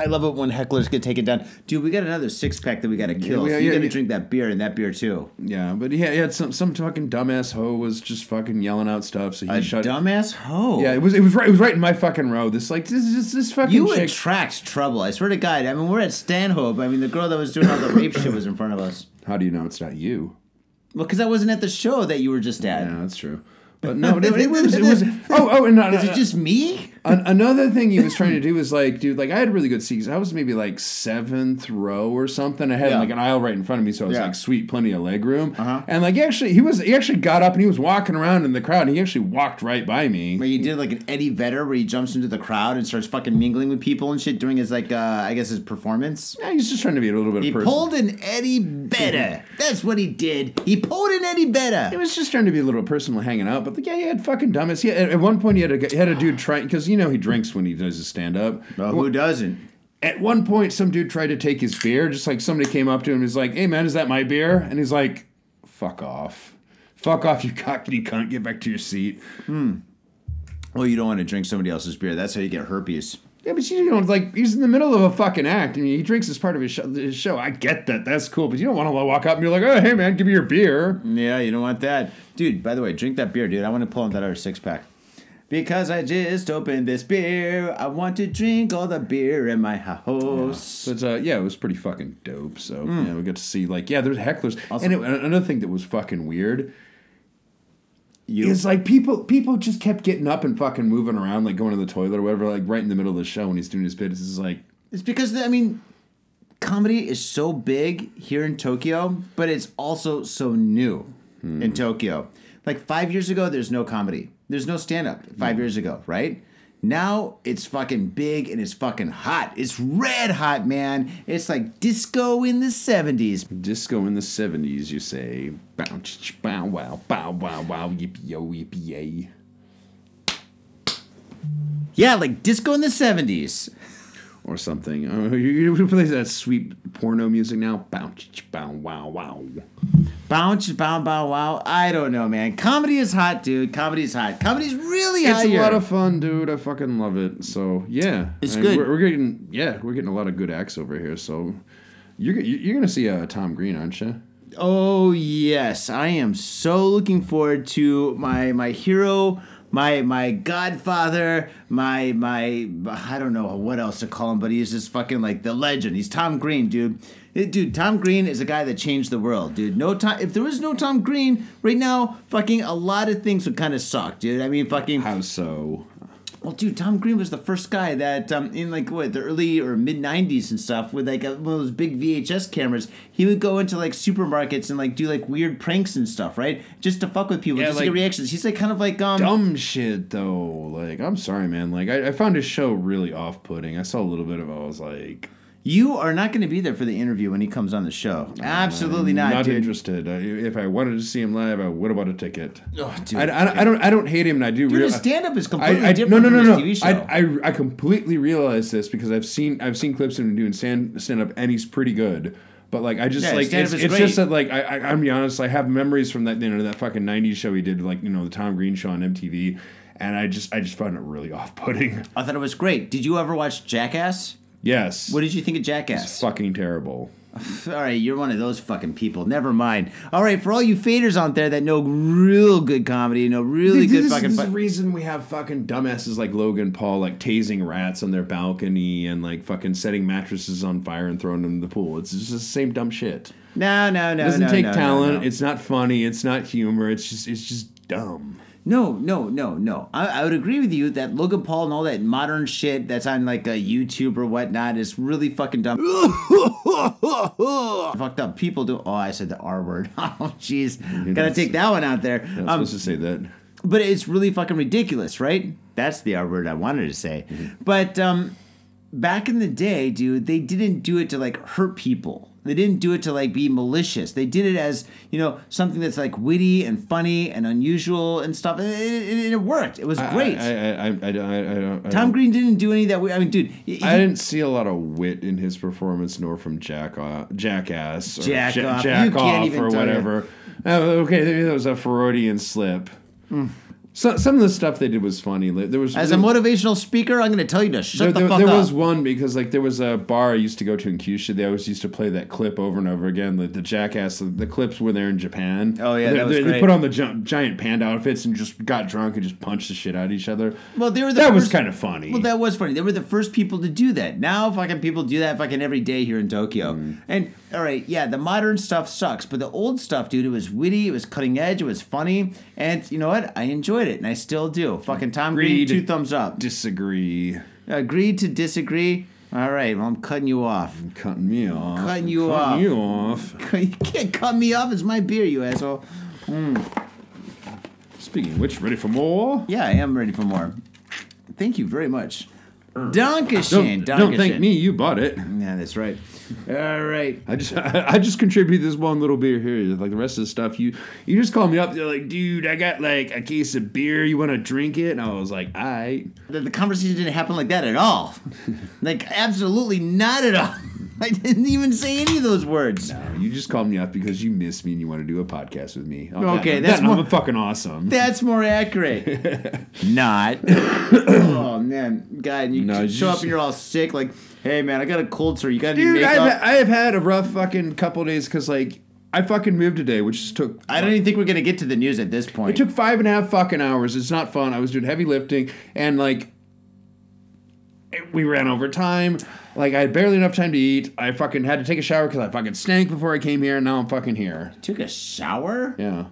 Speaker 2: I love it when hecklers get taken down. Dude, we got another six pack that we gotta kill.
Speaker 3: we-
Speaker 2: so you
Speaker 3: yeah,
Speaker 2: gotta
Speaker 3: yeah.
Speaker 2: drink that beer and that beer too.
Speaker 3: Yeah, but he had, he had some some fucking dumbass hoe was just fucking yelling out stuff. So he
Speaker 2: A
Speaker 3: shut
Speaker 2: dumbass hoe.
Speaker 3: Yeah, it was it was right it was right in my fucking row. This like this this, this fucking
Speaker 2: You
Speaker 3: chick.
Speaker 2: attract trouble. I swear to God. I mean, we're at Stanhope. I mean, the girl that was doing all the rape shit was in front of us.
Speaker 3: How do you know it's not you?
Speaker 2: Well, because I wasn't at the show that you were just at.
Speaker 3: Yeah, that's true. But no, no, it was it was. Oh, oh, and no, no,
Speaker 2: Is
Speaker 3: no.
Speaker 2: it just me?
Speaker 3: An- another thing he was trying to do was like, dude, like I had really good seats. I was maybe like seventh row or something. I had
Speaker 2: Yeah.
Speaker 3: like an aisle right in front of me, so I was
Speaker 2: Yeah.
Speaker 3: like, sweet, plenty of leg room.
Speaker 2: Uh-huh.
Speaker 3: And like, he actually, he was he actually got up and he was walking around in the crowd. and He actually walked right by me.
Speaker 2: Where you did like an Eddie Vedder, where he jumps into the crowd and starts fucking mingling with people and shit, doing his like, uh, I guess his performance.
Speaker 3: Yeah, he's just trying to be a little bit.
Speaker 2: He
Speaker 3: of person.
Speaker 2: pulled an Eddie Vedder. That's what he did. He pulled an Eddie
Speaker 3: It
Speaker 2: Vedder.
Speaker 3: was just trying to be a little personal hanging out, but like, yeah, he had fucking dumbest. Yeah, at, at one point he had a he had a dude trying because you know he drinks when he does his stand up.
Speaker 2: Well, who doesn't?
Speaker 3: At one point, some dude tried to take his beer. Just like somebody came up to him, and was like, "Hey man, is that my beer?" And he's like, "Fuck off, fuck off, you cockney cunt, get back to your seat."
Speaker 2: Well, you don't want to drink somebody else's beer. That's how you get herpes.
Speaker 3: Yeah, but you don't like he's in the middle of a fucking act. I mean, he drinks as part of his show. His show. I get that, that's cool, but you don't want to walk up and be like, "Oh, hey man, give me your beer."
Speaker 2: Yeah, you don't want that. Dude, by the way, drink that beer, dude. I want to pull on that other six pack. Because I just opened this beer. I want to drink all the beer in my house.
Speaker 3: But uh, yeah, it was pretty fucking dope. So yeah, we got to see like yeah, there's hecklers. And it, another thing that was fucking weird
Speaker 2: You
Speaker 3: is like people people just kept getting up and fucking moving around, like going to the toilet or whatever, like right in the middle of the show when he's doing his bit. It's just like
Speaker 2: It's because I mean, comedy is so big here in Tokyo, but it's also so new
Speaker 3: Hmm.
Speaker 2: in Tokyo. Like five years ago, there's no comedy. There's no stand up. Five
Speaker 3: Hmm.
Speaker 2: years ago, right? Now it's fucking big and it's fucking hot. It's red hot, man. It's like disco in the 70s.
Speaker 3: disco in the seventies, you say bow ch bow wow bow wow wow yippee yo yippee yay.
Speaker 2: Yeah, like disco in the 70s.
Speaker 3: Or something. Oh, you, you play that sweet porno music now. Bow, ch bow, wow, wow.
Speaker 2: Bounce, bow, bow, wow. I don't know, man. Comedy is hot, dude. Comedy is hot. Comedy's really hot.
Speaker 3: It's a
Speaker 2: here.
Speaker 3: lot of fun, dude. I fucking love it. So yeah,
Speaker 2: It's
Speaker 3: I
Speaker 2: good.
Speaker 3: We're, we're getting yeah, we're getting a lot of good acts over here. So you're g- you're gonna see uh, Tom Green, aren't you?
Speaker 2: Oh yes, I am so looking forward to my my hero, my my godfather, my my I don't know what else to call him, but he's just fucking like the legend. He's Tom Green, dude. Eh, Dude, Tom Green is a guy that changed the world, dude. No Tom, if there was no Tom Green right now, fucking a lot of things would kind of suck, dude. I mean, fucking
Speaker 3: How so?
Speaker 2: well, dude, Tom Green was the first guy that um, in like what the early or mid '90s and stuff with like a, one of those big VHS cameras. He would go into like supermarkets and like do like weird pranks and stuff, right? Just to fuck with people,
Speaker 3: Yeah,
Speaker 2: just to
Speaker 3: like-
Speaker 2: get reactions. He's like kind of like um.
Speaker 3: Dumb shit though. Like I'm sorry, man. Like I, I found his show really off-putting. I saw a little bit of. it. I was like,
Speaker 2: You are not going to be there for the interview when he comes on the show. Absolutely not,
Speaker 3: not
Speaker 2: dude.
Speaker 3: interested. I, if I wanted to see him live, I would have bought a ticket.
Speaker 2: Oh, dude.
Speaker 3: I, I, I don't. I don't hate him, and I do.
Speaker 2: Dude,
Speaker 3: real-
Speaker 2: his stand-up is completely
Speaker 3: I, I,
Speaker 2: different
Speaker 3: no, no, no,
Speaker 2: from
Speaker 3: no.
Speaker 2: his TV show.
Speaker 3: I, I, I completely realize this because I've seen I've seen clips of him doing stand stand up and he's pretty good. But like I just
Speaker 2: Yeah, his
Speaker 3: like
Speaker 2: stand-up
Speaker 3: it's,
Speaker 2: is
Speaker 3: it's
Speaker 2: great.
Speaker 3: just that like I, I I'm gonna be honest I have memories from that you know that fucking '90s show he did like you know the Tom Green show on MTV and I just I just found it really off putting.
Speaker 2: I thought it was great. Did you ever watch Jackass?
Speaker 3: Yes,
Speaker 2: What did you think of Jackass?
Speaker 3: it's fucking terrible.
Speaker 2: All right, you're one of those fucking people. Never mind. All right, for all you faders out there that know real good comedy, know really
Speaker 3: This-
Speaker 2: good
Speaker 3: this,
Speaker 2: fucking.
Speaker 3: is
Speaker 2: fu-
Speaker 3: the reason we have fucking dumbasses like Logan Paul like tasing rats on their balcony and like fucking setting mattresses on fire and throwing them in the pool. It's just the same dumb shit.
Speaker 2: no, no, no.
Speaker 3: It doesn't
Speaker 2: no,
Speaker 3: take
Speaker 2: no, no,
Speaker 3: talent.
Speaker 2: no.
Speaker 3: It's not funny. It's not humor. It's just it's just dumb.
Speaker 2: No, no, no, no. I, I would agree with you that Logan Paul and all that modern shit that's on like a YouTube or whatnot is really fucking dumb. Fucked up people do. Oh, I said the R word. Oh, jeez. Gotta
Speaker 3: that's-
Speaker 2: take that one out there.
Speaker 3: I'm
Speaker 2: Um,
Speaker 3: supposed to say that.
Speaker 2: but it's really fucking ridiculous, right? That's the R word I wanted to say.
Speaker 3: Mm-hmm.
Speaker 2: But um, back in the day, dude, they didn't do it to like hurt people. They didn't do it to like be malicious. They did it as you know something that's like witty and funny and unusual and stuff. And it, it, it worked. It was great.
Speaker 3: I I I, I, I, I, I don't. I
Speaker 2: Tom
Speaker 3: don't-
Speaker 2: Green didn't do any of that. We- I mean, dude, he-
Speaker 3: I didn't see a lot of wit in his performance, nor from Jack uh, Jackass or
Speaker 2: Jack
Speaker 3: Ja-
Speaker 2: off.
Speaker 3: Jack
Speaker 2: You can't
Speaker 3: off
Speaker 2: even
Speaker 3: or
Speaker 2: tell
Speaker 3: whatever. Oh, okay, maybe that was a Freudian slip. So, some of the stuff they did was funny. Like, there was
Speaker 2: Hmm. As a motivational speaker, I'm going to tell you to shut
Speaker 3: there,
Speaker 2: the
Speaker 3: there-
Speaker 2: fuck
Speaker 3: there
Speaker 2: up.
Speaker 3: was one because like there was a bar I used to go to in Kyushu. They always used to play that clip over and over again. The, the jackass, the, the clips were there in Japan.
Speaker 2: Oh, yeah,
Speaker 3: they,
Speaker 2: that was
Speaker 3: they,
Speaker 2: great.
Speaker 3: they put on the gi- giant panda outfits and just got drunk and just punched the shit out of each other.
Speaker 2: Well, they were the
Speaker 3: that was
Speaker 2: first-
Speaker 3: kind of funny.
Speaker 2: Well, that was funny. They were the first people to do that. Now, fucking people do that fucking every day here in Tokyo.
Speaker 3: Mm.
Speaker 2: And all right, yeah, the modern stuff sucks, but the old stuff, dude, it was witty, it was cutting edge, it was funny, and you know what? I enjoyed it, and I still do. Fucking Tom Green,
Speaker 3: Agreed.
Speaker 2: two thumbs up.
Speaker 3: disagree.
Speaker 2: Agreed to disagree. All right, well, I'm cutting you off.
Speaker 3: Cutting me off.
Speaker 2: Cutting you off.
Speaker 3: you off.
Speaker 2: you can't cut me off. It's my beer, you asshole.
Speaker 3: Speaking of which, ready for more?
Speaker 2: Yeah, I am ready for more. Thank you very much. Donkashin.
Speaker 3: Uh, Don't, don't thank
Speaker 2: Donkashin.
Speaker 3: me. You bought it.
Speaker 2: Yeah, that's right. All right.
Speaker 3: I just I, just contribute this one little beer here. Like the rest of the stuff, you you just call me up. You're like, dude, I got like a case of beer. You want to drink it? And I was like, I.
Speaker 2: The, the conversation didn't happen like that at all. like, absolutely not at all. I didn't even say any of those words.
Speaker 3: You just called me up because you miss me and you want to do a podcast with me. Oh,
Speaker 2: Okay,
Speaker 3: that,
Speaker 2: that's
Speaker 3: that,
Speaker 2: more-
Speaker 3: I'm fucking awesome.
Speaker 2: That's more accurate. not. oh, man. God, you show
Speaker 3: No, you
Speaker 2: up
Speaker 3: just-
Speaker 2: and you're all sick. Like, hey, man, I got a cold, sir. You got to do
Speaker 3: dude,
Speaker 2: makeup.
Speaker 3: I've, I've had a rough fucking couple days because like I fucking moved today, which just took
Speaker 2: I don't even think we're going to get to the news at this point.
Speaker 3: It took five and a half fucking hours. It's not fun. I was doing heavy lifting and like it- we ran over time. Like I had barely enough time to eat. I fucking had to take a shower because I fucking stank before I came here, and now I'm fucking here.
Speaker 2: Took a shower?
Speaker 3: Yeah,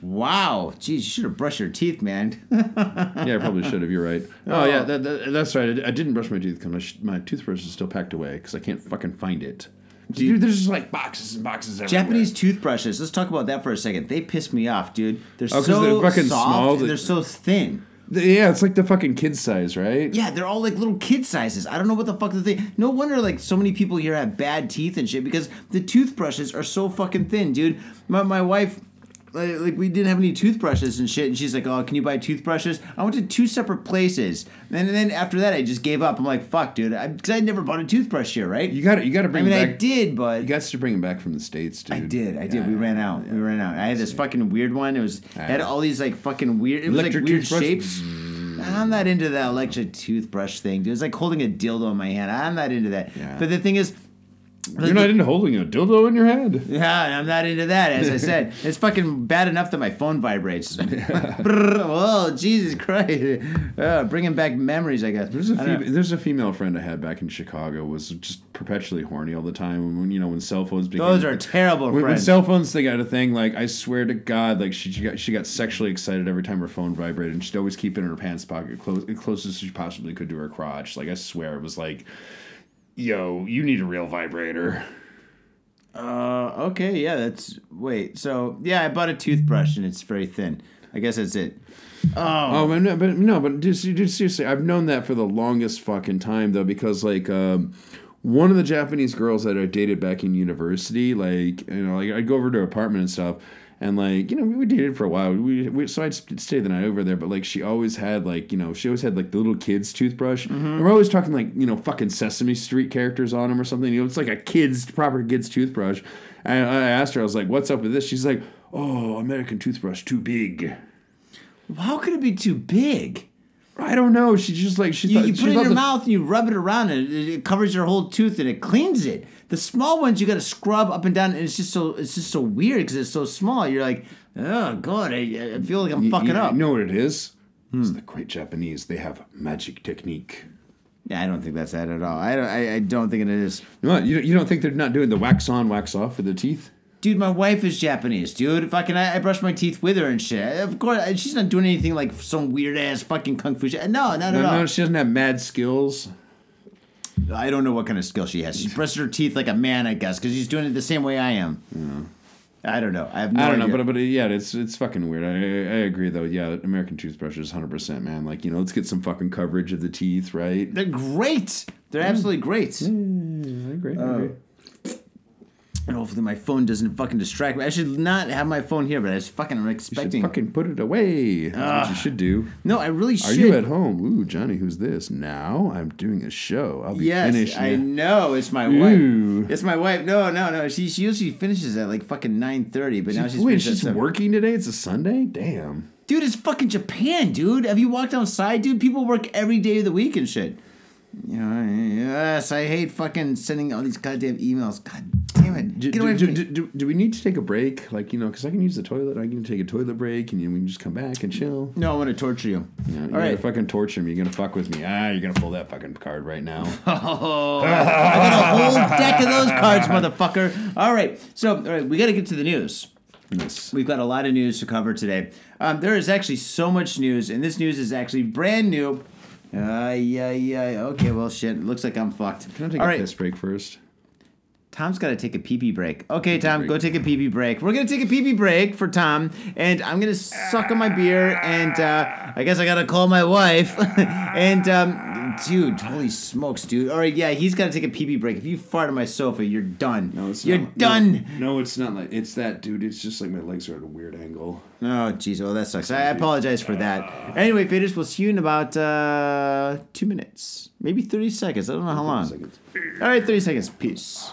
Speaker 2: Wow. Jeez, you should have brushed your teeth, man.
Speaker 3: yeah, I probably should have. You're right. Oh yeah, that, that, that's right. I di- I, didn't brush my teeth because my, sh- my toothbrush is still packed away because I can't fucking find it. Dude, there's just like boxes and boxes everywhere.
Speaker 2: Japanese toothbrushes. Let's talk about that for a second. They piss me off, dude. They're
Speaker 3: Oh, 'cause
Speaker 2: so
Speaker 3: they're fucking
Speaker 2: soft.
Speaker 3: small,
Speaker 2: and
Speaker 3: they-
Speaker 2: they're so thin.
Speaker 3: Yeah, it's like the fucking kid size, right?
Speaker 2: Yeah, they're all like little kid sizes. I don't know what the fuck the thing. No wonder like so many people here have bad teeth and shit because the toothbrushes are so fucking thin, dude. My my wife. Like, like, we didn't have any toothbrushes and shit, and she's like, "Oh, can you buy toothbrushes?" I went to two separate places, and then after that, I just gave up. I'm like, "Fuck, dude," because I, never bought a toothbrush here, right?
Speaker 3: You got to You got to
Speaker 2: I
Speaker 3: bring.
Speaker 2: mean,
Speaker 3: it
Speaker 2: I
Speaker 3: back.
Speaker 2: did, but
Speaker 3: You got to bring them back from the states, dude.
Speaker 2: I did, I did.
Speaker 3: Yeah.
Speaker 2: we ran out. We ran out. I had this fucking weird one. It was it had all these like fucking weird. It was
Speaker 3: Electric
Speaker 2: like weird
Speaker 3: toothbrush?
Speaker 2: shapes. I'm not into that electric toothbrush thing. Dude. It was like holding a dildo in my hand. I'm not into that.
Speaker 3: Yeah.
Speaker 2: But the thing is,
Speaker 3: You're not into holding a dildo in your hand.
Speaker 2: yeah, I'm not into that. As I said, it's fucking bad enough that my phone vibrates. Brrr, oh Jesus Christ! Uh, bringing back memories, I guess.
Speaker 3: There's a
Speaker 2: I don't know.
Speaker 3: fem- there's a female friend I had back in Chicago was just perpetually horny all the time. When you know when cell phones became
Speaker 2: Those are terrible
Speaker 3: when, when
Speaker 2: friends.
Speaker 3: cell phones they got a thing like I swear to God like she, she got she got sexually excited every time her phone vibrated and she'd always keep it in her pants pocket close close as she possibly could to her crotch. Like I swear it was like, yo, you need a real vibrator.
Speaker 2: Uh, okay, yeah, that's wait. So yeah, I bought a toothbrush and it's very thin. I guess that's it.
Speaker 3: Oh, but no, but no, but just, just seriously, I've known that for the longest fucking time though, because like um, one of the Japanese girls that I dated back in university, like you know, like I'd go over to her apartment and stuff, and like you know, we dated for a while. We, we so I'd st- stay the night over there, but like she always had like you know, she always had like the little kid's toothbrush. And we're always talking like you know, fucking Sesame Street characters on them or something. You know, it's like a kid's proper kid's toothbrush. And I asked her, I was like, "What's up with this?" She's like, "Oh, American toothbrush, too big."
Speaker 2: How could it be too big?
Speaker 3: I don't know. She just like she
Speaker 2: You,
Speaker 3: thought
Speaker 2: you
Speaker 3: she
Speaker 2: put it in
Speaker 3: thought
Speaker 2: your
Speaker 3: the-
Speaker 2: mouth and you rub it around and it, it covers your whole tooth and it cleans it. The small ones you got to scrub up and down and it's just so it's just so weird because it's so small. You're like, oh god, I, I feel like I'm
Speaker 3: You-
Speaker 2: fucking
Speaker 3: you,
Speaker 2: up. Hmm.
Speaker 3: You know what it is? It's the great Japanese. They have magic technique.
Speaker 2: Yeah, I don't think that's that at all. I don't, I, I don't think it is.
Speaker 3: What? You, you don't think they're not doing the wax on, wax off with the teeth?
Speaker 2: Dude, my wife is Japanese, dude. Fucking, I, I brush my teeth with her and shit. Of course, and she's not doing anything like some weird ass fucking kung fu shit. No, not
Speaker 3: No,
Speaker 2: at all.
Speaker 3: no, she doesn't have mad skills.
Speaker 2: I don't know what kind of skill she has. She brushes her teeth like a man, I guess, because she's doing it the same way I am. I don't know. I have no
Speaker 3: I don't know,
Speaker 2: idea.
Speaker 3: but but uh, yeah, it's it's fucking weird. I, I I agree though. Yeah, American toothbrushes, hundred percent, man. Like you know, let's get some fucking coverage of the teeth, right?
Speaker 2: they're great. They're
Speaker 3: Mm.
Speaker 2: absolutely great.
Speaker 3: I agree.
Speaker 2: Oh,
Speaker 3: I agree.
Speaker 2: And hopefully my phone doesn't fucking distract me. I should not have my phone here, but I was fucking I'm
Speaker 3: You should
Speaker 2: expecting.
Speaker 3: fucking put it away. That's
Speaker 2: Ah,
Speaker 3: what you should do.
Speaker 2: no, I really
Speaker 3: Are
Speaker 2: should.
Speaker 3: you at home? Ooh, Johnny, who's this? Now I'm doing a show. I'll be
Speaker 2: Yes,
Speaker 3: finished.
Speaker 2: I
Speaker 3: in-
Speaker 2: know. It's my
Speaker 3: Ooh.
Speaker 2: wife. It's my wife. No, no, no. She she usually finishes at like fucking nine thirty, but now she's
Speaker 3: Wait,
Speaker 2: finished at
Speaker 3: she's
Speaker 2: seven.
Speaker 3: working today? It's a Sunday? Damn.
Speaker 2: Dude, it's fucking Japan, dude. Have you walked outside, dude? People work every day of the week and shit. You know, yes, I hate fucking sending all these goddamn emails. God damn it.
Speaker 3: Do,
Speaker 2: Get away
Speaker 3: do,
Speaker 2: from
Speaker 3: do,
Speaker 2: me.
Speaker 3: do, do- do we need to take a break? Like, you know, because I can use the toilet. I can take a toilet break and you, we can just come back and chill.
Speaker 2: No, I want to torture you.
Speaker 3: You know,
Speaker 2: All
Speaker 3: You're
Speaker 2: right.
Speaker 3: gonna fucking torture me. You're going to fuck with me. Ah, you're going to pull that fucking card right now.
Speaker 2: Whole deck of those cards, motherfucker. All right. So, all right, we got to get to the news.
Speaker 3: Yes.
Speaker 2: We've got a lot of news to cover today. Um, there is actually so much news, and this news is actually brand new. Uh, yeah, yeah. Okay, well, shit. Looks like I'm fucked.
Speaker 3: Can I take
Speaker 2: All
Speaker 3: a
Speaker 2: right,
Speaker 3: piss break first?
Speaker 2: Tom's got to take a pee pee break. Okay, Tom,
Speaker 3: break.
Speaker 2: go take a pee pee break. We're gonna take a pee pee break for Tom, and I'm gonna suck on my beer, and uh, I guess I gotta call my wife. and um, dude, holy smokes, dude. All right, yeah, he's gotta take a pee pee break. If you fart on my sofa, you're done. you're
Speaker 3: not- no,
Speaker 2: done.
Speaker 3: No, it's not like it's that, dude. It's just like my legs are at a weird angle.
Speaker 2: Oh, jeez. Well, that sucks. I apologize for that. Anyway, Faders, we'll see you in about uh, two minutes, maybe 30 seconds. I don't know how long.
Speaker 3: seconds.
Speaker 2: All right, 30 seconds. Peace.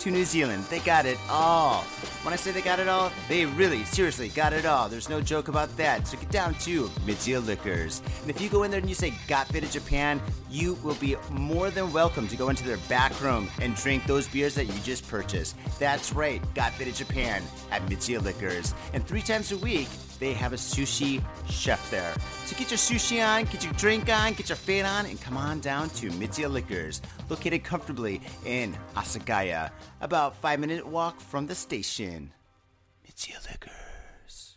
Speaker 1: to New Zealand. They got it all. When I say they got it all, they really, seriously got it all. There's no joke about that. So get down to Mitsuya Liquors. And if you go in there and you say, Got Fit to Japan, you will be more than welcome to go into their back room and drink those beers that you just purchased. That's right, Got Fit to Japan at Mitsuya Liquors. And three times a week, they have a sushi chef there. So get your sushi on, get your drink on, get your fade on, and come on down to Mitsuya Liquors, located comfortably in Asagaya, about five minute walk from the station. Mitsuya Liquors.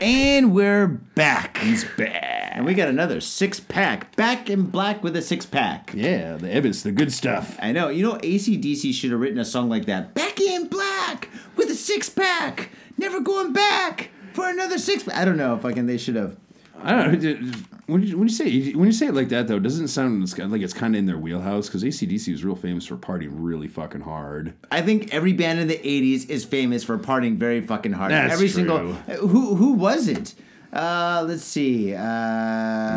Speaker 2: And we're back. He's back. And we got another six pack. Back in black with a six pack.
Speaker 3: Yeah, the Ebbets, the good stuff.
Speaker 2: I know. You know, ACDC should have written a song like that. Back in black with a six pack. Never going back for another six pack. I don't know. Fucking, they should have.
Speaker 3: I don't know. When you, when you say when you say it like that though, it doesn't sound it's got- like it's kind of in their wheelhouse because ACDC was real famous for partying really fucking hard.
Speaker 2: I think every band in the '80s is famous for partying very fucking hard.
Speaker 3: That's
Speaker 2: every
Speaker 3: true.
Speaker 2: single who who was it? Uh, let's see.
Speaker 3: You know,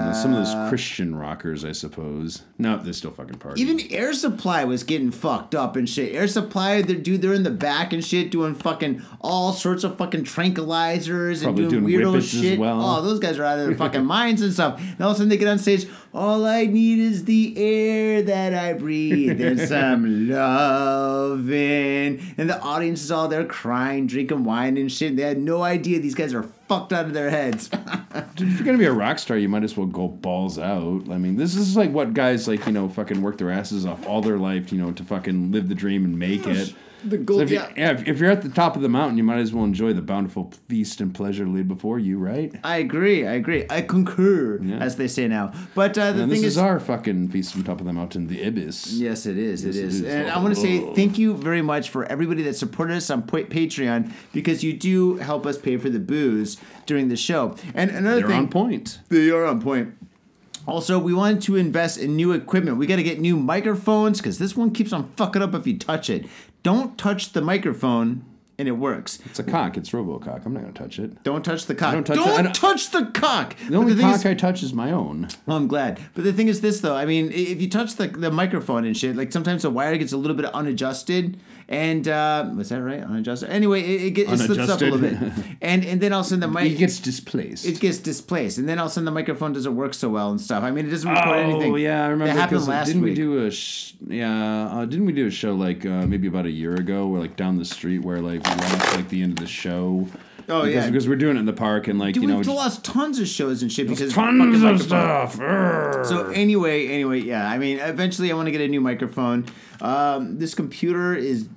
Speaker 2: Uh,
Speaker 3: some of those Christian rockers, I suppose. No, they still fucking party.
Speaker 2: even Air Supply was getting fucked up and shit. Air Supply, they're dude, they're in the back and shit, doing fucking all sorts of fucking tranquilizers and
Speaker 3: Probably
Speaker 2: doing,
Speaker 3: doing
Speaker 2: weirdo
Speaker 3: whippets as
Speaker 2: shit.
Speaker 3: well.
Speaker 2: Oh, those guys are out of their fucking minds and stuff. And all of a sudden they get on stage. All I need is the air that I breathe and some loving. And the audience is all there crying, drinking wine and shit. They had no idea these guys are fucked out of their heads.
Speaker 3: Dude, if you're gonna be a rock star, you might as well go balls out. I mean, this is like what guys like you know fucking work their asses off all their life, you know, to fucking live the dream and make it.
Speaker 2: The goal-
Speaker 3: if, you-
Speaker 2: yeah.
Speaker 3: if, if you're at the top of the mountain, you might as well enjoy the bountiful feast and pleasure laid before you, right?
Speaker 2: I agree. I agree. I concur, as they say now. But uh, the
Speaker 3: And
Speaker 2: thing
Speaker 3: this is,
Speaker 2: is
Speaker 3: our fucking feast on top of the mountain, the Ibis.
Speaker 2: Yes, it is.
Speaker 3: Yes,
Speaker 2: it
Speaker 3: it
Speaker 2: is.
Speaker 3: is. Oh.
Speaker 2: And I want to say thank you very much for everybody that supported us on pa- Patreon because you do help us pay for the booze during the show. And another
Speaker 3: They're
Speaker 2: thing,
Speaker 3: on point.
Speaker 2: They are on point. Also, we wanted to invest in new equipment. We got to get new microphones because this one keeps on fucking up if you touch it. Don't touch the microphone. and it works.
Speaker 3: It's a cock. It's Robocock. I'm not gonna touch it.
Speaker 2: Don't touch the cock.
Speaker 3: don't
Speaker 2: Don't
Speaker 3: touch
Speaker 2: touch,
Speaker 3: the- I don't-
Speaker 2: the cock.
Speaker 3: The only
Speaker 2: but the thing
Speaker 3: cock
Speaker 2: is,
Speaker 3: I touch is my own.
Speaker 2: well, I'm glad. But the thing is this though. I mean, i- if you touch the, the microphone and shit, like sometimes the wire gets a little bit unadjusted, and uh, was that right? Unadjusted. Anyway, it, it, get, it slips up a little bit,
Speaker 3: Unadjusted.
Speaker 2: and and then all of a sudden the mic
Speaker 3: It gets displaced.
Speaker 2: it gets displaced, and then all of a sudden the microphone doesn't work so well and stuff. I mean, it doesn't record
Speaker 3: oh,
Speaker 2: anything.
Speaker 3: yeah, I remember.
Speaker 2: That happened
Speaker 3: 'cause
Speaker 2: last
Speaker 3: didn't
Speaker 2: week.
Speaker 3: we do a sh- yeah? Uh, didn't we do a show like uh, maybe about a year ago, where like down the street, where like we lost like the end of the show?
Speaker 2: Oh,
Speaker 3: because,
Speaker 2: yeah.
Speaker 3: because we're doing it in the park and like
Speaker 2: Dude,
Speaker 3: you know
Speaker 2: we've
Speaker 3: just
Speaker 2: lost tons of shows and shit because fucking
Speaker 3: tons of
Speaker 2: microphones.
Speaker 3: stuff. Urgh.
Speaker 2: So anyway, anyway, yeah. I mean, eventually, I want to get a new microphone. Um, this computer is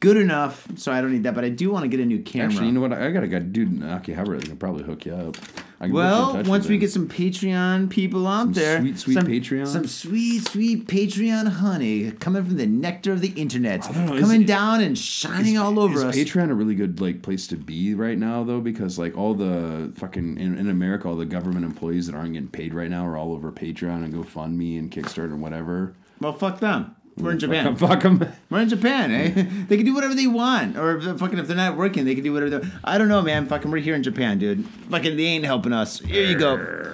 Speaker 2: good enough, so I don't need that. But I do want to get a new camera.
Speaker 3: Actually, you know what? I got a guy, dude in Akihabara that can probably hook you up. I can put you in touch
Speaker 2: well,
Speaker 3: with
Speaker 2: once we
Speaker 3: him.
Speaker 2: get some Patreon people out there,
Speaker 3: sweet, sweet
Speaker 2: some,
Speaker 3: Patreon?
Speaker 2: some sweet, sweet Patreon honey coming from the nectar of the internet,
Speaker 3: don't know, is
Speaker 2: coming
Speaker 3: it-
Speaker 2: down and shining all over
Speaker 3: is
Speaker 2: us.
Speaker 3: Patreon a really good like place to be right now though? Because like all the fucking in, in America, all the government employees that aren't getting paid right now are all over Patreon and GoFundMe and Kickstarter and whatever.
Speaker 2: well, fuck them. We're in Japan.
Speaker 3: Fuck them.
Speaker 2: We're in Japan, eh? they can do whatever they want, or if they're fucking if they're not working, they can do whatever. they I don't know, man. Fucking, we're here in Japan, dude. Fucking, they ain't helping us. Here you go.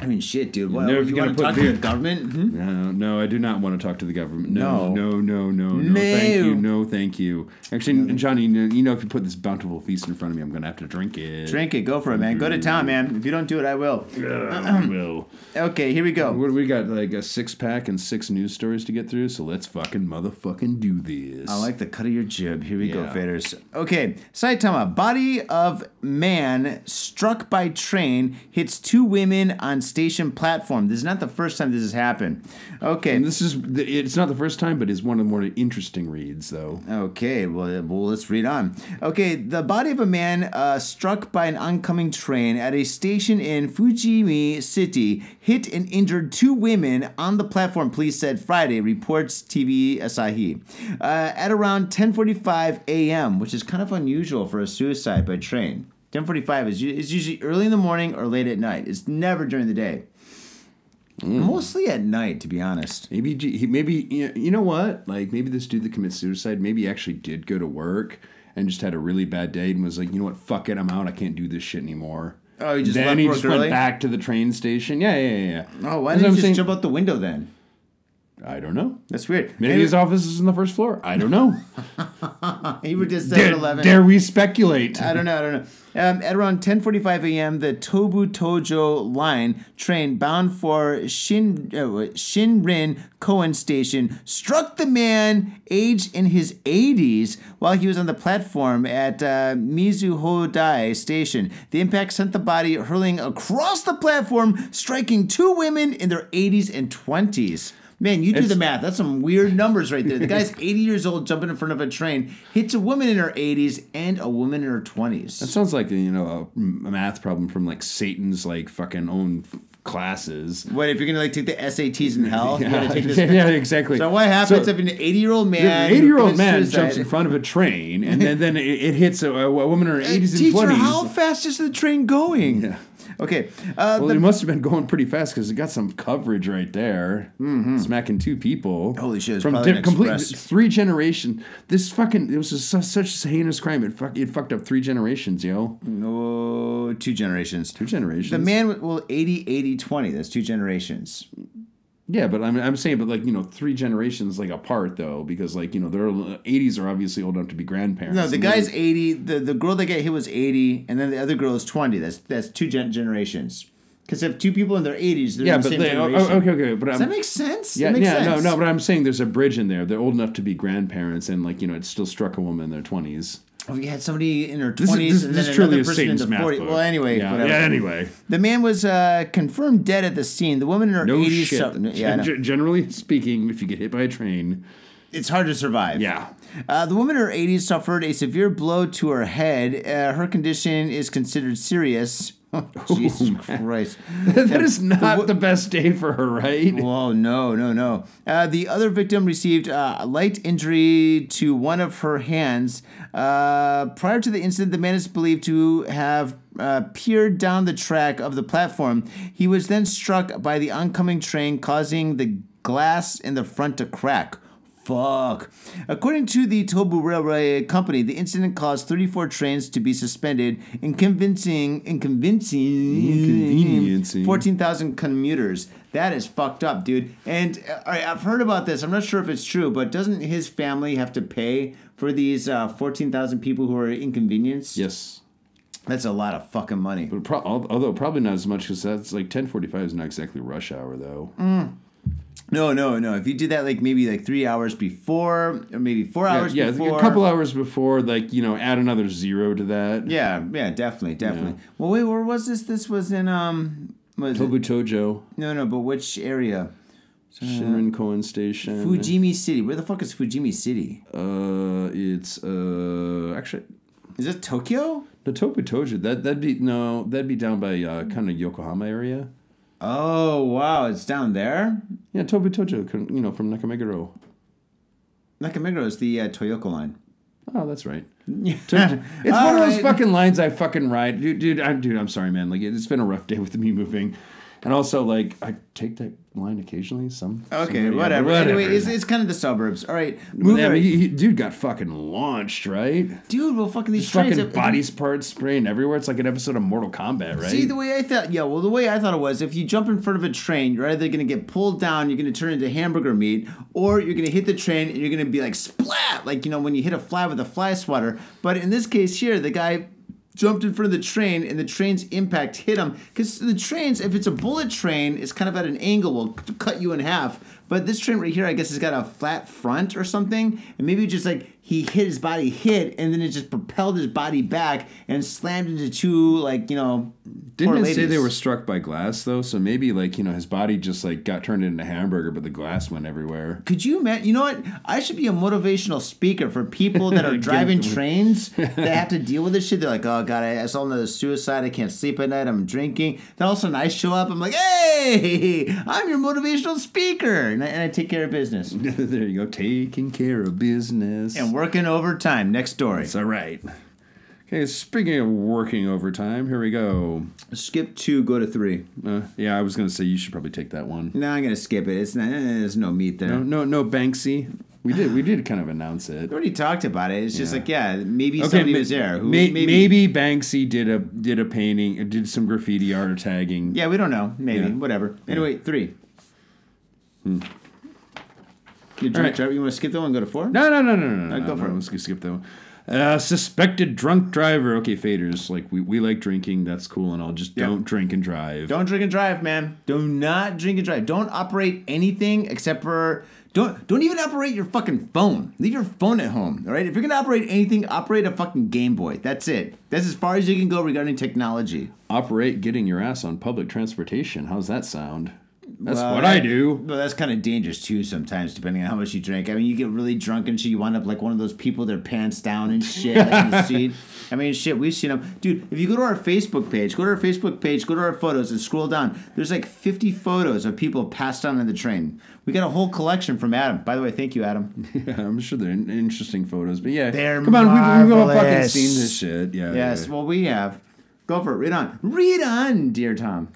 Speaker 2: I mean, shit, dude. What,
Speaker 3: Never
Speaker 2: you
Speaker 3: gonna
Speaker 2: want to
Speaker 3: put
Speaker 2: talk to
Speaker 3: beer-
Speaker 2: the government? Hmm?
Speaker 3: No, no, I do not want to talk to the government. No, no,
Speaker 2: No.
Speaker 3: no, no, no.
Speaker 2: No.
Speaker 3: Thank you. No, thank you. Actually, Johnny, you know, if you put this bountiful feast in front of me, I'm going to have to drink it.
Speaker 2: Drink it, go for it, man. Go to town, man. If you don't do it, I will.
Speaker 3: Ugh, Will.
Speaker 2: Okay, here we go.
Speaker 3: What do we got? Like a six pack and six news stories to get through. So let's fucking motherfucking do this.
Speaker 2: I like the cut of your jib. Here we go,
Speaker 3: Yeah.
Speaker 2: faders. Okay, Saitama. Body of man struck by train hits two women on station platform. This is not the first time this has happened. Okay.
Speaker 3: And this is the- it's not the first time, but it's one of the more interesting reads, though.
Speaker 2: Okay, well, uh, well, let's read on. Okay, the body of a man uh, struck by an oncoming train at a station in Fujimi City hit and injured two women on the platform. Police said Friday. Reports TV Asahi uh, at around 10:45 a.m., which is kind of unusual for a suicide by train. 10:45 is, u- is usually early in the morning or late at night. It's never during the day.
Speaker 3: Mm.
Speaker 2: Mostly at night, to be honest.
Speaker 3: Maybe G- he, maybe you know- you know what? Like maybe this dude that commits suicide, maybe he actually did go to work and just had a really bad day and was like, you know what? Fuck it, I'm out. I can't do this shit anymore.
Speaker 2: Oh, he just
Speaker 3: then
Speaker 2: left
Speaker 3: he
Speaker 2: work
Speaker 3: just
Speaker 2: early?
Speaker 3: went back to the train station. Yeah, yeah, yeah.
Speaker 2: Oh, why
Speaker 3: yeah. That's
Speaker 2: didn't
Speaker 3: what
Speaker 2: you
Speaker 3: I'm
Speaker 2: just
Speaker 3: saying.
Speaker 2: jump out the window then?
Speaker 3: I don't know.
Speaker 2: That's weird.
Speaker 3: Maybe
Speaker 2: Anyway-
Speaker 3: his office is on the first floor. I don't know.
Speaker 2: He were just
Speaker 3: dare,
Speaker 2: 7-Eleven.
Speaker 3: dare we speculate?
Speaker 2: I don't know. I don't know. Um, at around 10:45 a.m., the Tobu Tojo line train bound for Shin uh, Shinrin Koen Station struck the man aged in his 80s while he was on the platform at uh, Mizuhodai Station. The impact sent the body hurling across the platform, striking two women in their 80s and 20s. Man, you do the math. That's some weird numbers right there. The guy's 80 years old jumping in front of a train, hits a woman in her 80s and a woman in her 20s.
Speaker 3: That sounds like you know a, a math problem from like Satan's like fucking own f- classes.
Speaker 2: what if you're gonna like take the SATs in hell? You gotta take this-
Speaker 3: yeah, exactly.
Speaker 2: So what happens
Speaker 3: So-
Speaker 2: if an 80 year old man,
Speaker 3: An
Speaker 2: who
Speaker 3: eighty-year-old
Speaker 2: commits
Speaker 3: man
Speaker 2: suicide-
Speaker 3: jumps in front of a train, and then, then it, it hits a, a woman in her
Speaker 2: Hey,
Speaker 3: eighties and
Speaker 2: teacher, Uh, how uh,
Speaker 3: twenties.
Speaker 2: fast is the train going? Okay. Uh,
Speaker 3: Well,
Speaker 2: the-
Speaker 3: it must have been going pretty fast because it got some coverage right there, smacking two people.
Speaker 2: Mm-hmm. Holy shit, it's probably an express.
Speaker 3: three generation. This fucking it was a, su- such a heinous crime. It fuck, it fucked up three generations, yo.
Speaker 2: no, oh, two generations.
Speaker 3: Two generations.
Speaker 2: The man, with- well, 80, 80, 20. That's two generations.
Speaker 3: Yeah, but I'm I'm saying, but like you know, three generations like apart though, because like you know, their eighties are obviously old enough to be grandparents.
Speaker 2: No, the
Speaker 3: And they're-
Speaker 2: guy's eighty. The the girl that got hit was eighty, and then the other girl is twenty. That's that's two gen- generations. Because if two people in their eighties, they're
Speaker 3: Yeah,
Speaker 2: in the
Speaker 3: but
Speaker 2: same
Speaker 3: they, oh,
Speaker 2: generation.
Speaker 3: oh, okay, okay, but
Speaker 2: Does
Speaker 3: I'm,
Speaker 2: that make sense?
Speaker 3: Yeah,
Speaker 2: That makes
Speaker 3: yeah,
Speaker 2: sense.
Speaker 3: no, no. But I'm saying there's a bridge in there. They're old enough to be grandparents, and like you know, it still struck a woman in their twenties.
Speaker 2: Oh, you had somebody in her
Speaker 3: This is
Speaker 2: twenties,
Speaker 3: this,
Speaker 2: and
Speaker 3: this
Speaker 2: then
Speaker 3: is
Speaker 2: another
Speaker 3: truly a
Speaker 2: person in
Speaker 3: Satan's
Speaker 2: the
Speaker 3: math
Speaker 2: forties.
Speaker 3: book.
Speaker 2: Well, anyway,
Speaker 3: yeah,
Speaker 2: whatever.
Speaker 3: yeah. Anyway,
Speaker 2: The man was uh, confirmed dead at the scene. The woman in her
Speaker 3: no
Speaker 2: eighties.
Speaker 3: shit.
Speaker 2: yeah, I know.
Speaker 3: Gen- Generally speaking, if you get hit by a train,
Speaker 2: it's hard to survive.
Speaker 3: yeah,
Speaker 2: Uh, the woman in her 80s suffered a severe blow to her head. Uh, her condition is considered serious.
Speaker 3: Oh
Speaker 2: Jesus Christ.
Speaker 3: that is not
Speaker 2: wo-
Speaker 3: the best day for her, right?
Speaker 2: Whoa, no, no, no. Uh, the other victim received uh, a light injury to one of her hands. Uh, prior to the incident, the man is believed to have uh, peered down the track of the platform. He was then struck by the oncoming train, causing the glass in the front to crack. Fuck. According to the Tobu Railway Company, the incident caused 34 trains to be suspended and convincing and convincing
Speaker 3: Inconveniencing.
Speaker 2: 14,000 commuters. That is fucked up, dude. And uh, I- I've heard about this. I'm not sure if it's true, but doesn't his family have to pay for these uh, 14,000 people who are inconvenienced?
Speaker 3: Yes.
Speaker 2: That's a lot of fucking money.
Speaker 3: But pro- al- although probably not as much because that's like 10:45 is not exactly rush hour though.
Speaker 2: No, no, no. If you do that, like maybe like three hours before, or maybe four
Speaker 3: Yeah,
Speaker 2: hours
Speaker 3: yeah,
Speaker 2: before.
Speaker 3: a couple hours before, like you know, add another zero to that.
Speaker 2: Yeah, yeah, definitely, definitely. Well, wait, where was this? This was in um, was it?
Speaker 3: Tobu Tojo,
Speaker 2: no, no, but which area?
Speaker 3: Shinrin Koen Station.
Speaker 2: Fujimi City. Where the fuck is Fujimi City?
Speaker 3: Uh, it's uh actually
Speaker 2: Is it Tokyo?
Speaker 3: no Tobu Tojo. That that'd be no, that'd be down by uh, kind of Yokohama area.
Speaker 2: Oh wow, it's down there.
Speaker 3: Yeah, Tobu Tojo, con- you know, from Nakameguro.
Speaker 2: Nakameguro is the uh, Toyoko line.
Speaker 3: Oh, that's right. it's
Speaker 2: All
Speaker 3: one of those
Speaker 2: right.
Speaker 3: fucking lines I fucking ride, dude. Dude, I'm, dude, I'm sorry, man. Like it's been a rough day with me moving, and also like I take that line occasionally. Some
Speaker 2: Okay,
Speaker 3: somebody-
Speaker 2: whatever. Anyway, it's, it's kind of the suburbs. All right, move it.
Speaker 3: Yeah, but he, he- dude got fucking launched, right?
Speaker 2: dude. Well, fucking these trains.
Speaker 3: Fucking
Speaker 2: have-
Speaker 3: body parts spraying everywhere. It's like an episode of Mortal Kombat, right?
Speaker 2: See the way I thought, yeah. Well, the way I thought it was, if you jump in front of a train, you're either gonna get pulled down, you're gonna turn into hamburger meat, or you're gonna hit the train and you're gonna be like splat, like you know when you hit a fly with a fly swatter. But in this case here, the guy jumped in front of the train and the train's impact hit him because the trains, if it's a bullet train, it's kind of at an angle, will c- cut you in half. But this train right here, I guess, has got a flat front or something, and maybe just like he hit his body hit, and then it just propelled his body back and slammed into two like you know
Speaker 3: Didn't
Speaker 2: Poor
Speaker 3: it say
Speaker 2: ladies.
Speaker 3: they were struck by glass though? So maybe like you know his body just like got turned into hamburger, but the glass went everywhere.
Speaker 2: Could you imagine? You know what? I should be a motivational speaker for people that are driving trains that have to deal with this shit. They're like, oh, God, I, I saw another suicide. I can't sleep at night. I'm drinking. Then all of a sudden I show up. I'm like, hey, I'm your motivational speaker. And I, and I take care of business.
Speaker 3: there you go, taking care of business.
Speaker 2: And working overtime. Next story.
Speaker 3: It's all right. Okay, speaking of working overtime, here we go.
Speaker 2: Skip two, go to three.
Speaker 3: Uh, yeah, I was gonna say you should probably take that one.
Speaker 2: No, I'm going to skip it. It's not, eh, There's no meat there.
Speaker 3: No, no, no, Banksy. We did, we did kind of announce it.
Speaker 2: We already talked about it. It's just
Speaker 3: Yeah.
Speaker 2: like, yeah, maybe somebody
Speaker 3: ma-
Speaker 2: was there. Who,
Speaker 3: ma-
Speaker 2: maybe.
Speaker 3: maybe. Banksy did a did a painting, uh, did some graffiti art or tagging.
Speaker 2: Yeah, we don't know. Maybe.
Speaker 3: Yeah. Hmm.
Speaker 2: Whatever. Anyway, three. You,
Speaker 3: All right.
Speaker 2: Trevor, you want to skip that one and go to four?
Speaker 3: No, no, no, no, no, no.
Speaker 2: Uh,
Speaker 3: no,
Speaker 2: go for
Speaker 3: no,
Speaker 2: it.
Speaker 3: Let's g- skip that one. Uh, suspected drunk driver. Okay, faders. Like we, we like drinking. That's cool and all. Just
Speaker 2: Yeah.
Speaker 3: don't drink and drive.
Speaker 2: Don't drink and drive, man. Do not drink and drive. Don't operate anything except for don't don't even operate your fucking phone. Leave your phone at home. All right. If you're gonna operate anything, operate a fucking Game Boy. That's it. That's as far as you can go regarding technology.
Speaker 3: operate getting your ass on public transportation. How's that sound? That's
Speaker 2: Well,
Speaker 3: what
Speaker 2: that-
Speaker 3: I do.
Speaker 2: Well, Uh, that's kind of dangerous too. Sometimes, depending on how much you drink. I mean, you get really drunk and shit. You wind up like one of those people, their pants down and shit like in the seat. I mean, shit, we've seen them, dude. If you go to our Facebook page, go to our Facebook page, go to our photos, and scroll down. There's like 50 photos of people passed out on the train. We got a whole collection from Adam. By the way, thank you, Adam.
Speaker 3: Yeah, I'm sure they're in- interesting photos, but yeah,
Speaker 2: They're
Speaker 3: come on, we've, we've all fucking
Speaker 2: marvelous.
Speaker 3: seen this shit. Yeah.
Speaker 2: yes,
Speaker 3: yeah.
Speaker 2: well, we have. Go for it. Read on. Read on, dear Tom.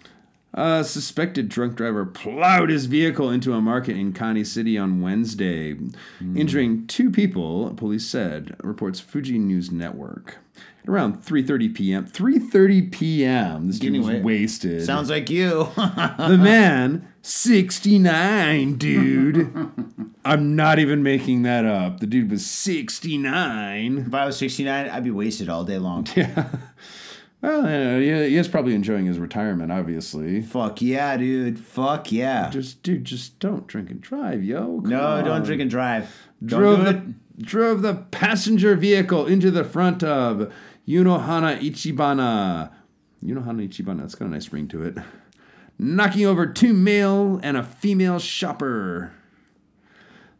Speaker 3: Uh, suspected drunk driver plowed his vehicle into a market in Connie City on Wednesday,
Speaker 2: Hmm.
Speaker 3: injuring two people. Police said reports Fuji News Network. Around 3:30 p.m. 3:30 p.m. This
Speaker 2: Getting
Speaker 3: dude was
Speaker 2: wa-
Speaker 3: wasted.
Speaker 2: Sounds like you.
Speaker 3: the man 69 dude i'm not even making that up the dude was 69
Speaker 2: if I was 69, I'd be wasted all day long.
Speaker 3: well you know, he- he is probably enjoying his retirement obviously
Speaker 2: Fuck yeah, dude. Fuck yeah.
Speaker 3: just dude just don't drink and drive yo Come
Speaker 2: No, don't
Speaker 3: on.
Speaker 2: drink and drive. Don't
Speaker 3: drove
Speaker 2: do
Speaker 3: the
Speaker 2: it.
Speaker 3: drove the passenger vehicle into the front of Yunohana Ichibana. Yunohana Ichibana, that's got a nice ring to it. Knocking over two male and a female shopper.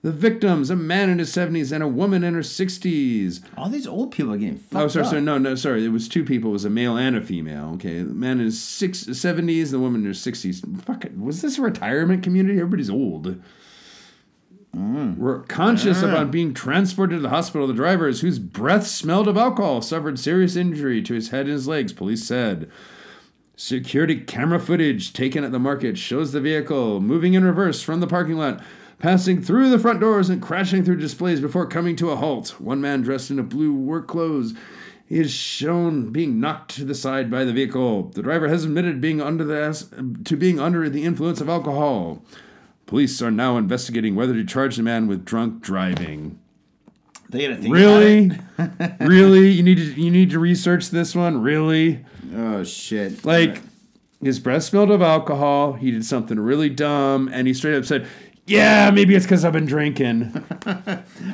Speaker 3: The victims, a man in his 70s and a woman in her 60s.
Speaker 2: All these old people are getting fucked
Speaker 3: Oh, sorry,
Speaker 2: up.
Speaker 3: sorry, no, no, sorry. It was two people. It was a male and a female. Okay, the man in his six, 70s, the woman in her 60s. Fuck it. Was this a retirement community? Everybody's old.
Speaker 2: Mm.
Speaker 3: Were conscious upon being transported to the hospital. The drivers, whose breath smelled of alcohol, suffered serious injury to his head and his legs. Police said. Security camera footage taken at the market shows the vehicle moving in reverse from the parking lot. passing through the front doors and crashing through displays before coming to a halt. One man dressed in a blue work clothes is shown being knocked to the side by the vehicle. The driver has admitted being under the as- to being under the influence of alcohol. Police are now investigating whether to charge the man with drunk driving.
Speaker 2: They gotta think
Speaker 3: Really? really? You need to you need to research this one? Really?
Speaker 2: Oh shit!
Speaker 3: Like his breath smelled of alcohol. He did something really dumb, and he straight up said, "Yeah, maybe it's because I've been drinking."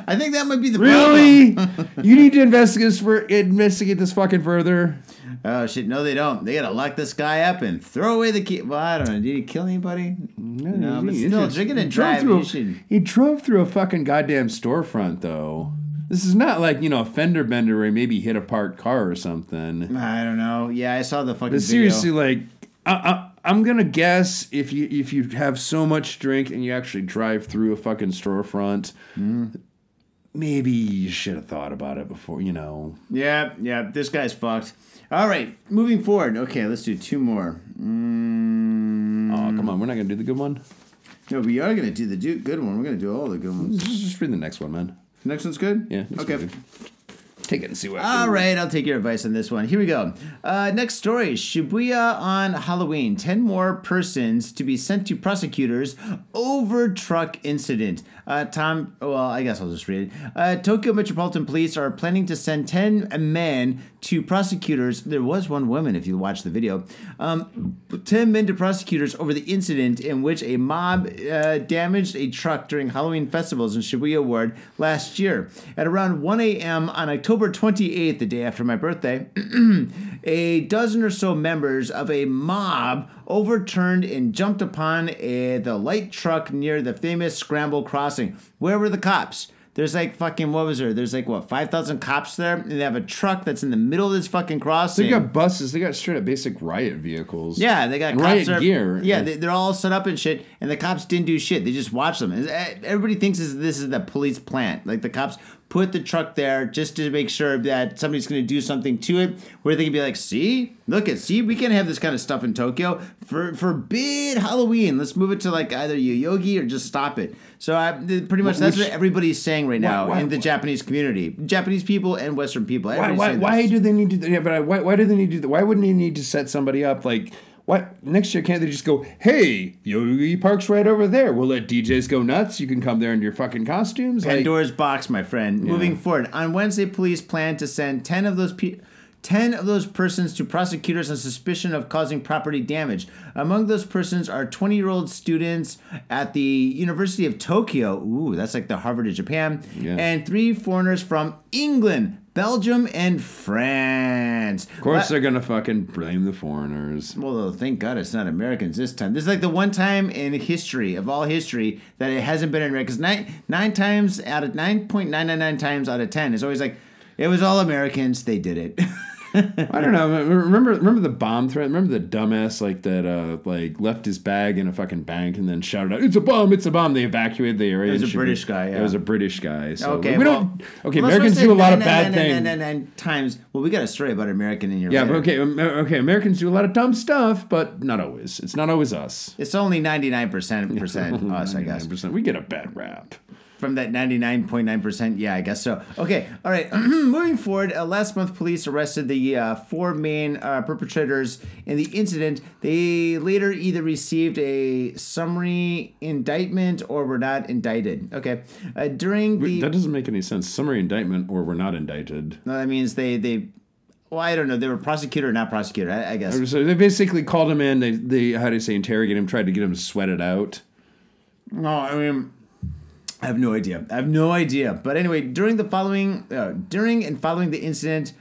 Speaker 2: I think that might be the
Speaker 3: really? you need to investigate this for investigate this fucking further.
Speaker 2: problem. Oh shit! No, they don't. They gotta lock this guy up and throw away the key. Well, I don't know. Did he kill anybody? No, but
Speaker 3: He- he
Speaker 2: still,
Speaker 3: just-
Speaker 2: drinking
Speaker 3: he
Speaker 2: and
Speaker 3: drove
Speaker 2: driving.
Speaker 3: through a-
Speaker 2: you should-
Speaker 3: He drove through a fucking goddamn storefront, though. This is not like you know a fender bender where he maybe hit a parked car or something.
Speaker 2: I don't know. Yeah, I saw the fucking.
Speaker 3: But
Speaker 2: video.
Speaker 3: seriously, like, I, I, I'm gonna guess if you if you have so much drink and you actually drive through a fucking storefront,
Speaker 2: Hmm.
Speaker 3: maybe you should have thought about it before. You know,
Speaker 2: Yep, yep. This guy's fucked. All right, moving forward. Okay, let's do two more. Mm,
Speaker 3: oh come on, we're not gonna do the good one.
Speaker 2: no, we are gonna do the do- good one. We're gonna do all the good ones.
Speaker 3: Just, just read the next one, man.
Speaker 2: Next one's good.
Speaker 3: Yeah. next
Speaker 2: Okay. Uh,
Speaker 3: one, dude. Take it and see what.
Speaker 2: All right, I'll take your advice on this one. Here we go. Uh, next story Shibuya on Halloween. 10 more persons to be sent to prosecutors over truck incident. Uh, Tom, well, I guess I'll just read it. Uh, Tokyo Metropolitan Police are planning to send 10 men to prosecutors. There was one woman, if you watch the video. Um, 10 men to prosecutors over the incident in which a mob uh, damaged a truck during Halloween festivals in Shibuya Ward last year. At around 1 a.m. on October 28th, the day after my birthday, a dozen or so members of a mob overturned and jumped upon a, the light truck near the famous Scramble Crossing. Where were the cops? There's like fucking what was there? There's like what five thousand cops there, and they have a truck that's in the middle of this fucking crossing.
Speaker 3: They got buses. They got straight up basic riot vehicles.
Speaker 2: Yeah, they got
Speaker 3: And
Speaker 2: cops
Speaker 3: riot
Speaker 2: are-
Speaker 3: gear.
Speaker 2: Yeah, they, they're all set up and shit, and the cops didn't do shit. They just watched them. And Everybody thinks this, this is the police plant. Like the cops put the truck there just to make sure that somebody's going to do something to it, where they can be like, "See, look at, see, we can't have this kind of stuff in Tokyo. For forbid Halloween. Let's move it to like either Yoyogi or just stop it." So I, th- pretty much that's
Speaker 3: Which-
Speaker 2: what everybody's saying right now
Speaker 3: why-
Speaker 2: in the
Speaker 3: why-
Speaker 2: Japanese community, Japanese people and Western people.
Speaker 3: why,
Speaker 2: Everybody's
Speaker 3: why,
Speaker 2: saying
Speaker 3: why
Speaker 2: this.
Speaker 3: do they need to? Yeah, but I, why, why do they need to? do that? Why wouldn't they need to set somebody up? Like, why next year can't they just go? Hey, Yogi Park's right over there. We'll let DJs go nuts. You can come there in your fucking costumes. Like,
Speaker 2: Pandora's box, my friend. Moving forward, on Wednesday, police plan to send ten of those pe- ten of those persons to prosecutors on suspicion of causing property damage. Among those persons are twenty-year-old students at the University of Tokyo. Ooh, that's like the Harvard of Japan,
Speaker 3: Yeah.
Speaker 2: and three foreigners from England. Belgium and France.
Speaker 3: of course, they're gonna fucking blame the foreigners.
Speaker 2: Well, thank God it's not Americans this time. This is like the one time in history of all history that it hasn't been in America. Because nine nine times out of nine point nine nine nine times out of ten, it's always like it was all Americans. They did it.
Speaker 3: I don't know. Remember, remember the bomb threat. Remember the dumbass like that, uh, like left his bag in a fucking bank and then shouted out, "It's a bomb! It's a bomb!" They evacuated the area. It
Speaker 2: was a British guy, yeah.
Speaker 3: It was a British guy. So
Speaker 2: okay,
Speaker 3: we
Speaker 2: well,
Speaker 3: don't. Okay,
Speaker 2: well, that's
Speaker 3: Americans
Speaker 2: what I said,
Speaker 3: do a lot of
Speaker 2: nine,
Speaker 3: bad
Speaker 2: nine,
Speaker 3: things.
Speaker 2: Nine, nine, nine, nine times. Well, we got a story about American in your
Speaker 3: Yeah, but
Speaker 2: letter.
Speaker 3: okay, um, okay. Americans do a lot of dumb stuff, but not always. It's not always us.
Speaker 2: It's only ninety nine percent percent us, I guess.
Speaker 3: 99%. We get a bad rap.
Speaker 2: from that 99.9%. Yeah, I guess so. Okay, all right. Moving forward, uh, last month police arrested the uh, four main uh, perpetrators in the incident. They later either received a summary indictment or were not indicted. Okay, uh, during the
Speaker 3: That doesn't make any sense. Summary indictment, or we're not indicted.
Speaker 2: no, that means they they. Well, I don't know. They were prosecutor, or not prosecutor. I, I guess.
Speaker 3: So they basically called him in. They, they how do you say, interrogate him, tried to get him sweated out.
Speaker 2: No, I mean, I have no idea. I have no idea. But anyway, during the following, uh, during and following the incident,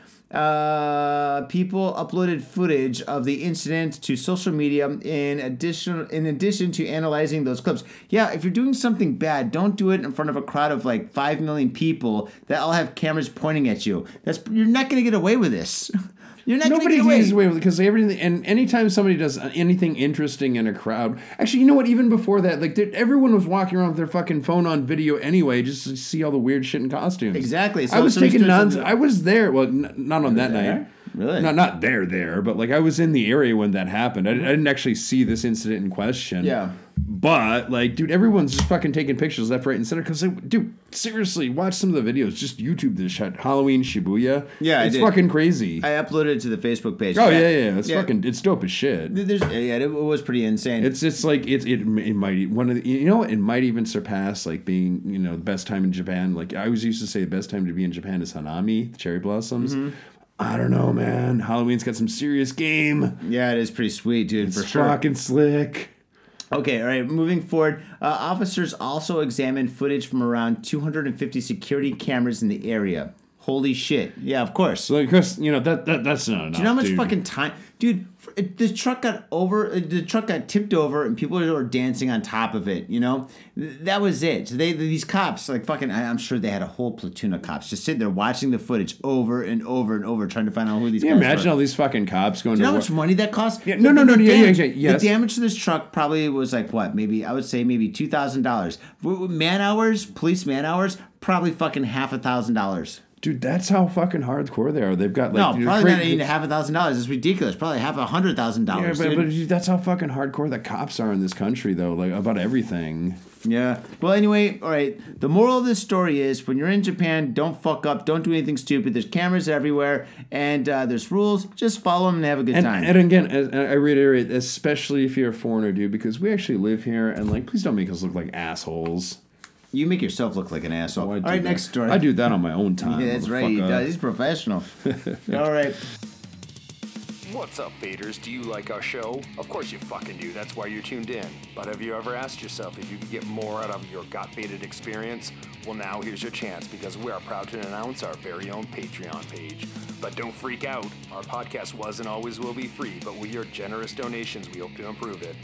Speaker 2: uh, people uploaded footage of the incident to social media. In addition, in addition to analyzing those clips, yeah, if you're doing something bad, don't do it in front of a crowd of like five million people that all have cameras pointing at you. That's you're not gonna get away with this. You're not gonna
Speaker 3: Nobody
Speaker 2: get away.
Speaker 3: gets away with it because everything. And anytime somebody does anything interesting in a crowd, actually, you know what? Even before that, like there- everyone was walking around with their fucking phone on video anyway, just to see all the weird shit in costumes.
Speaker 2: Exactly.
Speaker 3: I
Speaker 2: So
Speaker 3: was
Speaker 2: somebody's
Speaker 3: taking
Speaker 2: doing
Speaker 3: nuns.
Speaker 2: something-
Speaker 3: I was there. Well, n- not on that
Speaker 2: there?
Speaker 3: night.
Speaker 2: Really?
Speaker 3: Not not there there, but like I was in the area when that happened. I, I didn't actually see this incident in question.
Speaker 2: Yeah.
Speaker 3: But like, dude, everyone's just fucking taking pictures left, right, and center. Because, dude, seriously, watch some of the videos. Just YouTube this shit. Halloween Shibuya.
Speaker 2: Yeah, I
Speaker 3: it's
Speaker 2: did.
Speaker 3: fucking crazy.
Speaker 2: I uploaded it to the Facebook page.
Speaker 3: oh yeah, yeah, it's
Speaker 2: Yeah.
Speaker 3: fucking, it's dope as shit.
Speaker 2: There's, yeah, it was pretty insane.
Speaker 3: It's it's like it, it it might one of the, you know it might even surpass like being you know the best time in Japan. Like I always used to say, the best time to be in Japan is Hanami, the cherry blossoms.
Speaker 2: Mm-hmm.
Speaker 3: I don't know, man. Halloween's got some serious game.
Speaker 2: yeah, it is pretty sweet, dude, for
Speaker 3: it's
Speaker 2: sure.
Speaker 3: fucking slick.
Speaker 2: Okay, all right, moving forward. Uh, officers also examined footage from around 250 security cameras in the area. Holy shit. Yeah, of course.
Speaker 3: So like, Chris, you know that, that that's not enough.
Speaker 2: Do you know how much
Speaker 3: dude.
Speaker 2: fucking time, dude? f- it- The truck got over. uh, The truck got tipped over, and people were dancing on top of it. You know, Th- that was it. So they these cops, like fucking, I, I'm sure they had a whole platoon of cops just sitting there watching the footage over and over and over, trying to find out who these.
Speaker 3: Can you
Speaker 2: guys
Speaker 3: imagine
Speaker 2: were.
Speaker 3: all these fucking cops
Speaker 2: You
Speaker 3: going to
Speaker 2: know how
Speaker 3: wa-
Speaker 2: much money that cost?
Speaker 3: Yeah, no, no, no,
Speaker 2: The
Speaker 3: yeah, yeah,
Speaker 2: damage-
Speaker 3: yeah, yes.
Speaker 2: The damage to this truck probably was like what? Maybe I would say maybe two thousand dollars. Man hours, police man hours, probably fucking half a thousand dollars.
Speaker 3: dude? That's how fucking hardcore they are. They've got like
Speaker 2: No,
Speaker 3: dude,
Speaker 2: probably
Speaker 3: cra-
Speaker 2: not even half a thousand dollars. It's ridiculous. Probably half a hundred thousand
Speaker 3: Yeah,
Speaker 2: dollars.
Speaker 3: but, but dude, that's how fucking hardcore the cops are in this country, though. Like about everything.
Speaker 2: Yeah. Well, anyway, all right. The moral of this story is when you're in Japan, don't fuck up. Don't do anything stupid. There's cameras everywhere, and uh, there's rules. Just follow them and have a good
Speaker 3: And,
Speaker 2: time.
Speaker 3: and again, as, and I reiterate, especially if you're a foreigner, dude, because we actually live here, and like, please don't make us look like assholes. Oh,
Speaker 2: you make yourself look like an asshole.
Speaker 3: I
Speaker 2: all
Speaker 3: do
Speaker 2: right,
Speaker 3: that.
Speaker 2: next story.
Speaker 3: I do that on my own time.
Speaker 2: Yeah, that's right. He
Speaker 3: motherfucker.
Speaker 2: does. He's professional. all right.
Speaker 4: What's up, Baders? Do you like our show? Of course you fucking do. That's why you're tuned in. But have you ever asked yourself if you could get more out of your got baited experience? Well, now here's your chance because we are proud to announce our very own Patreon page. But don't freak out. Our podcast was and always will be free, but with your generous donations, we hope to improve it.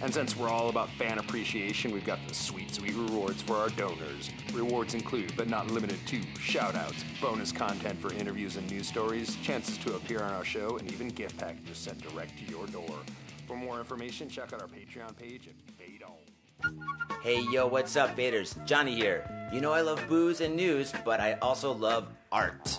Speaker 4: And since we're all about fan appreciation, we've got the sweet, sweet rewards for our donors. Rewards include, but not limited to, shout outs, bonus content for interviews and news stories, chances to appear on our show, and even gift packages sent direct to your door. For more information, check out our Patreon page at Fade All.
Speaker 5: Hey yo, what's up, Baders? Johnny here. You know I love booze and news, but I also love art.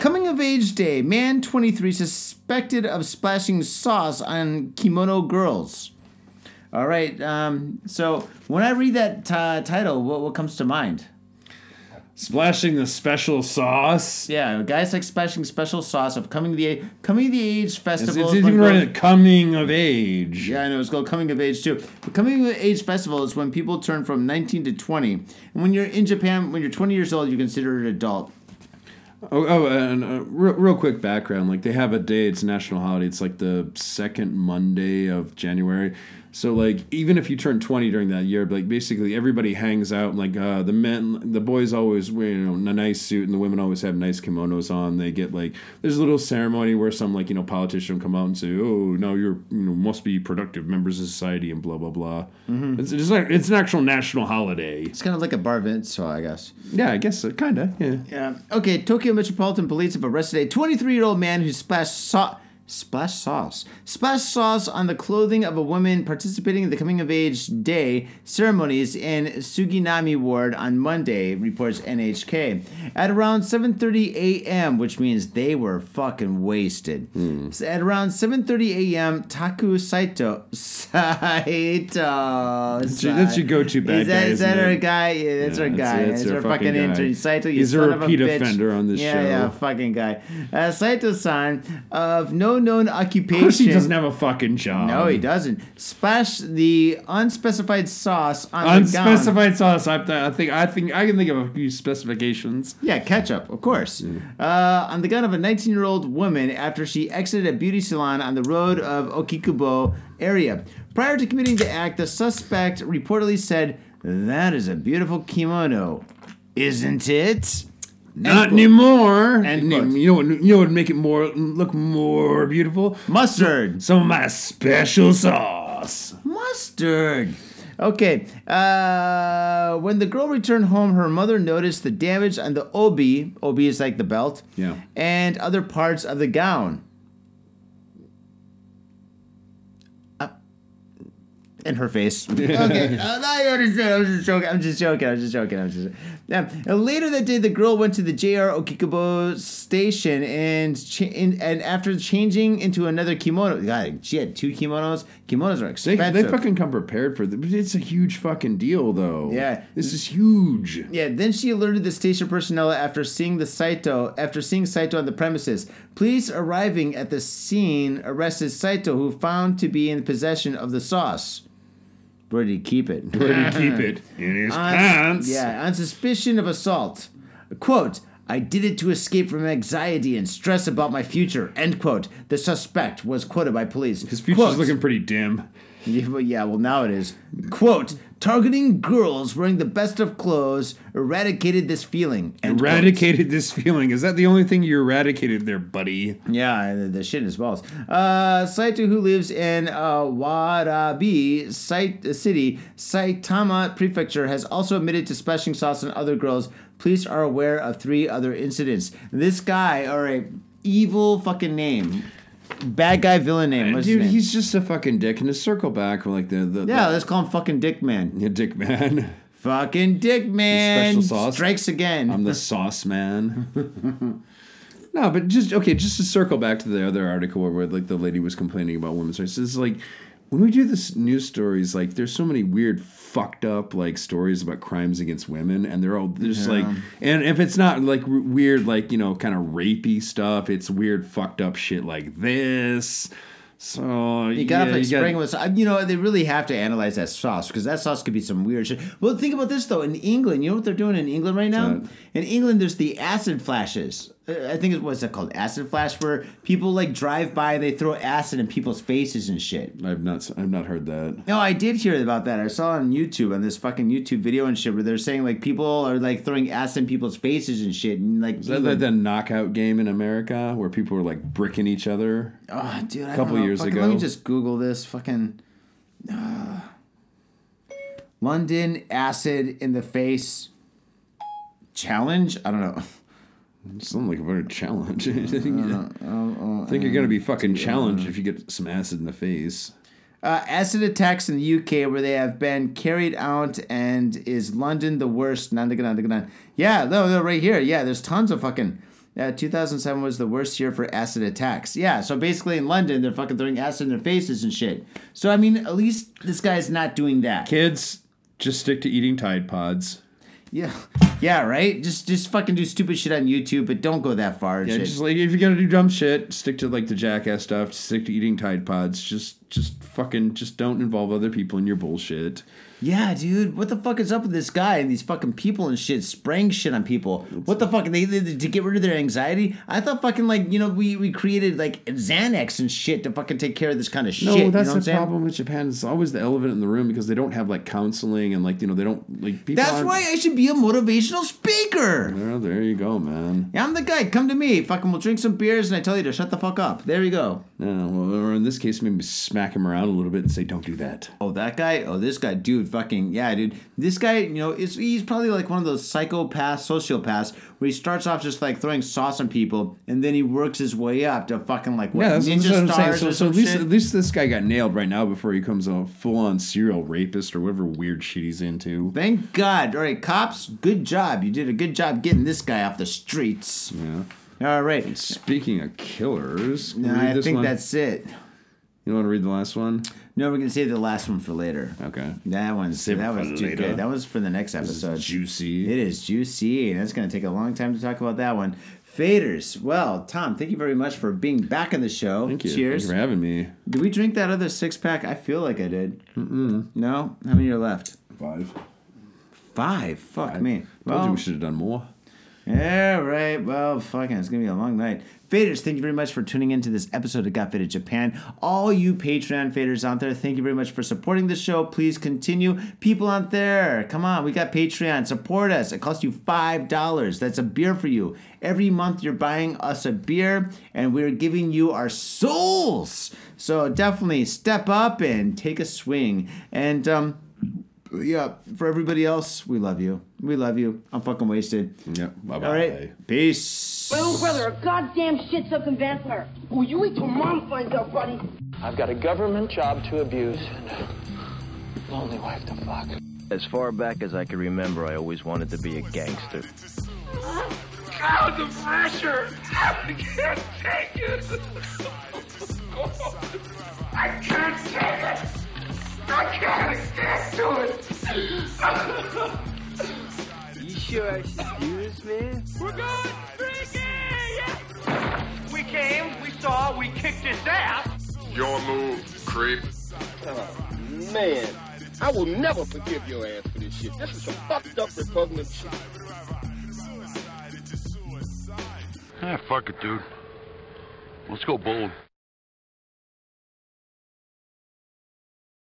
Speaker 2: Coming of age day, man 23 suspected of splashing sauce on kimono girls. All right, um, so when I read that uh, title, what, what comes to mind?
Speaker 3: Splashing the special sauce.
Speaker 2: Yeah, guys like splashing special sauce of coming of the age, coming of the age
Speaker 3: It's,
Speaker 2: festivals.
Speaker 3: it's
Speaker 2: when
Speaker 3: even
Speaker 2: girls-
Speaker 3: right coming of age.
Speaker 2: Yeah, I know. It's called Coming of Age, too. But Coming of Age Festival is when people turn from 19 to 20. And when you're in Japan, when you're 20 years old, you're considered an adult.
Speaker 3: Oh, oh and uh, real, real quick background. Like they have a day. It's a national holiday. It's like the second Monday of January. So like even if you turn twenty during that year, like basically everybody hangs out. Like uh, the men, the boys always wear you know a nice suit, and the women always have nice kimonos on. They get like there's a little ceremony where some like you know politician will come out and say, oh now you're you know must be productive members of society and blah blah blah. It's it's, like, it's an actual national holiday.
Speaker 2: It's kind of like a bar mitzvah, I guess.
Speaker 3: Yeah, I guess so, kinda. Yeah.
Speaker 2: Yeah. Okay, Tokyo Metropolitan Police have arrested a 23 year old man who splashed sauce. Splash sauce. Splash sauce on the clothing of a woman participating in the coming of age day ceremonies in Suginami Ward on Monday, reports NHK. At around 7:30 a.m., which means they were fucking wasted.
Speaker 3: Hmm.
Speaker 2: So at around 7:30 a.m., Taku Saito Saito.
Speaker 3: Gee, that's your go-to bad
Speaker 2: is that, Is
Speaker 3: guy,
Speaker 2: that
Speaker 3: isn't
Speaker 2: our
Speaker 3: it?
Speaker 2: guy? Yeah, that's
Speaker 3: Yeah,
Speaker 2: our
Speaker 3: that's-
Speaker 2: guy.
Speaker 3: that's
Speaker 2: That's,
Speaker 3: our
Speaker 2: our, fucking,
Speaker 3: fucking guy.
Speaker 2: intern. Saito, you
Speaker 3: He's a
Speaker 2: son of a
Speaker 3: repeat
Speaker 2: bitch.
Speaker 3: offender on this
Speaker 2: yeah,
Speaker 3: show.
Speaker 2: Yeah, fucking guy. Uh, Saito-san of no no known occupation.
Speaker 3: Of course, he doesn't have a fucking job.
Speaker 2: No, he doesn't. Splash the unspecified sauce on the gown.
Speaker 3: Unspecified sauce. I, I think. I think. I can think of a few specifications.
Speaker 2: Yeah, ketchup, of course.
Speaker 3: Mm.
Speaker 2: Uh, on the gun of a 19 year old woman after she exited a beauty salon on the road of Okikubo area. Prior to committing the act, the suspect reportedly said, That is a beautiful kimono, isn't it?
Speaker 3: Not anymore.
Speaker 2: End
Speaker 3: You
Speaker 2: quote.
Speaker 3: know, what- you know what would make it more look more beautiful?
Speaker 2: Mustard.
Speaker 3: Some of my special sauce.
Speaker 2: Mustard. Okay. Uh, when the girl returned home, her mother noticed the damage on the obi. Obi is like the belt.
Speaker 3: Yeah.
Speaker 2: And other parts of the gown. Uh, In her face. Okay, uh, I understand. I was just joking. I'm just joking. I'm just joking. I'm just. Yeah. And later that day, the girl went to the JR Okikubo station and cha- in, and after changing into another kimono, God, she had two kimonos. Kimonos are
Speaker 3: They,
Speaker 2: expensive.
Speaker 3: they fucking come prepared for this. It's a huge fucking deal, though.
Speaker 2: Yeah.
Speaker 3: this is huge.
Speaker 2: Yeah, then she alerted the station personnel after seeing the Saito after seeing Saito on the premises. Police arriving at the scene arrested Saito, who found to be in possession of the sauce. Where did he keep it?
Speaker 3: Where do you keep it? In his
Speaker 2: On-
Speaker 3: pants.
Speaker 2: Yeah, on suspicion of assault. Quote, I did it to escape from anxiety and stress about my future. End quote. The suspect was quoted by police.
Speaker 3: His future's
Speaker 2: Quote,
Speaker 3: looking pretty dim.
Speaker 2: yeah, well, yeah, well, now it is. Quote, targeting girls wearing the best of clothes eradicated this feeling. End quote.
Speaker 3: Eradicated this feeling. Is that the only thing you eradicated there, buddy?
Speaker 2: Yeah, the, the shit is balls. Uh, Saito, who lives in uh, Warabi Sait- City, Saitama Prefecture, has also admitted to splashing sauce on other girls. Police are aware of three other incidents. This guy, or a evil fucking name, bad guy, villain name. What's
Speaker 3: Dude,
Speaker 2: his name?
Speaker 3: he's just a fucking dick. And to circle back, like the the
Speaker 2: yeah, let's call him fucking Dick Man.
Speaker 3: the dick man.
Speaker 2: Fucking Dick Man
Speaker 3: Special sauce.
Speaker 2: strikes again.
Speaker 3: I'm the sauce man. no, but just okay. Just to circle back to the other article where, where like the lady was complaining about women's rights. It's like when we do this news stories, like there's so many weird fucked up like stories about crimes against women, and they're all just like, and if it's not like w- weird, like you know, kind of rapey stuff, it's weird fucked up shit like this. So
Speaker 2: You gotta
Speaker 3: yeah,
Speaker 2: play
Speaker 3: you gotta-
Speaker 2: spring with sauce. You know, they really have to analyze that sauce because that sauce could be some weird shit. Well, think about this though. In England, you know what they're doing in England right now?
Speaker 3: What?
Speaker 2: In England, there's the acid flashes. Uh, I think it's what's that called? Acid flash, where people like drive by, they throw acid in people's faces and shit.
Speaker 3: I've not s- I've not heard that.
Speaker 2: No, I did hear about that. I saw on YouTube on this fucking YouTube video and shit where they're saying like people are like throwing acid in people's faces and shit and like.
Speaker 3: Is that like the knockout game in America where people were like bricking each other?
Speaker 2: Oh, dude, a
Speaker 3: couple years
Speaker 2: Let me
Speaker 3: ago.
Speaker 2: just Google this fucking uh, London acid in the face challenge. I don't know.
Speaker 3: Sounds like a very challenge. I think, I think you're gonna be fucking challenged if you get some acid in the face.
Speaker 2: Uh, acid attacks in the UK where they have been carried out, and is London the worst? Nan, nan, nan, nan, nan. Yeah, no, no, right here. Yeah, there's tons of fucking. Uh, 2007 was the worst year for acid attacks. Yeah, so basically in London, they're fucking throwing acid in their faces and shit. So, I mean, at least this guy's not doing that.
Speaker 3: Kids, just stick to eating Tide Pods.
Speaker 2: Yeah, yeah, right. Just just fucking do stupid shit on YouTube, but don't go that far. and
Speaker 3: Yeah,
Speaker 2: shit.
Speaker 3: just like if you're gonna do dumb shit, stick to like the jackass stuff. Stick to eating Tide Pods. Just, just fucking, just don't involve other people in your bullshit.
Speaker 2: yeah, dude. What the fuck is up with this guy and these fucking people and shit spraying shit on people? What the fuck? They, they, to get rid of their anxiety? I thought fucking like you know we we created like Xanax and shit to fucking take care of this kind of shit.
Speaker 3: No,
Speaker 2: you know
Speaker 3: that's
Speaker 2: what I'm
Speaker 3: the
Speaker 2: saying?
Speaker 3: problem with Japan. It's always the elephant in the room because they don't have like counseling and like you know they don't like people.
Speaker 2: That's
Speaker 3: aren't-
Speaker 2: why I should be a motivational speaker.
Speaker 3: Well, there you go, man.
Speaker 2: Yeah, I'm the guy. Come to me. Fucking, we'll drink some beers and I tell you to shut the fuck up. There you go.
Speaker 3: Yeah, well, or in this case, maybe smack him around a little bit and say, "Don't do that."
Speaker 2: Oh, that guy? Oh, this guy, dude, fucking, yeah, dude. This guy, you know, is, he's probably like one of those psychopaths, sociopaths, where he starts off just like throwing sauce on people, and then he works his way up to fucking like, what,
Speaker 3: Yeah, that's, that's
Speaker 2: ninja
Speaker 3: what I'm saying.
Speaker 2: stars
Speaker 3: So,
Speaker 2: or
Speaker 3: so
Speaker 2: some
Speaker 3: at least
Speaker 2: shit?
Speaker 3: at least this guy got nailed right now before he comes a full on serial rapist or whatever weird shit he's into.
Speaker 2: Thank God. All right, cops, good job. You did a good job getting this guy off the streets.
Speaker 3: Yeah.
Speaker 2: All right.
Speaker 3: Speaking of killers, can we
Speaker 2: Nah,
Speaker 3: read
Speaker 2: I
Speaker 3: this
Speaker 2: think
Speaker 3: one?
Speaker 2: that's it.
Speaker 3: You want to read the last one?
Speaker 2: No, we're gonna save the last one for later.
Speaker 3: Okay.
Speaker 2: That one's
Speaker 3: Save it
Speaker 2: that
Speaker 3: for
Speaker 2: was too
Speaker 3: later.
Speaker 2: good. That was for the next
Speaker 3: This
Speaker 2: episode.
Speaker 3: is juicy.
Speaker 2: It is juicy, and it's going to take a long time to talk about that one. Faders. Well, Tom, thank you very much for being back on the show.
Speaker 3: Thank you.
Speaker 2: Cheers.
Speaker 3: Thank you for having me.
Speaker 2: Did we drink that other six pack? I feel like I did. Mm-mm. No? How many are left?
Speaker 3: Five.
Speaker 2: Five. Fuck
Speaker 3: I
Speaker 2: me.
Speaker 3: told you
Speaker 2: Well,
Speaker 3: we should have done more.
Speaker 2: yeah, right. Well, fucking, it's going to be a long night. Faders, thank you very much for tuning into this episode of Got Faded Japan. All you Patreon faders out there, thank you very much for supporting the show. Please continue. People out there, come on, we got Patreon. Support us. It costs you $5. That's a beer for you. Every month you're buying us a beer, and we're giving you our souls. So definitely step up and take a swing. And, um, yeah, for everybody else, we love you. We love you. I'm fucking wasted.
Speaker 3: Yep. Bye bye.
Speaker 2: All right. Peace.
Speaker 6: own brother, a goddamn shit-sucking vampire. Oh, you wait till mom finds out, buddy.
Speaker 7: I've got a government job to abuse and a lonely wife to fuck.
Speaker 8: As far back as I can remember, I always wanted to be a gangster.
Speaker 9: God, the pressure! I can't take it! I can't take it! I can't, I can't do it!
Speaker 7: You sure I should do this, man?
Speaker 9: We're going freaking! We came, we saw, we kicked his ass! Your move, creep.
Speaker 10: Man, I will never forgive your ass for this shit. This is some fucked up repugnant shit.
Speaker 9: Ah, fuck it, dude. Let's go bold.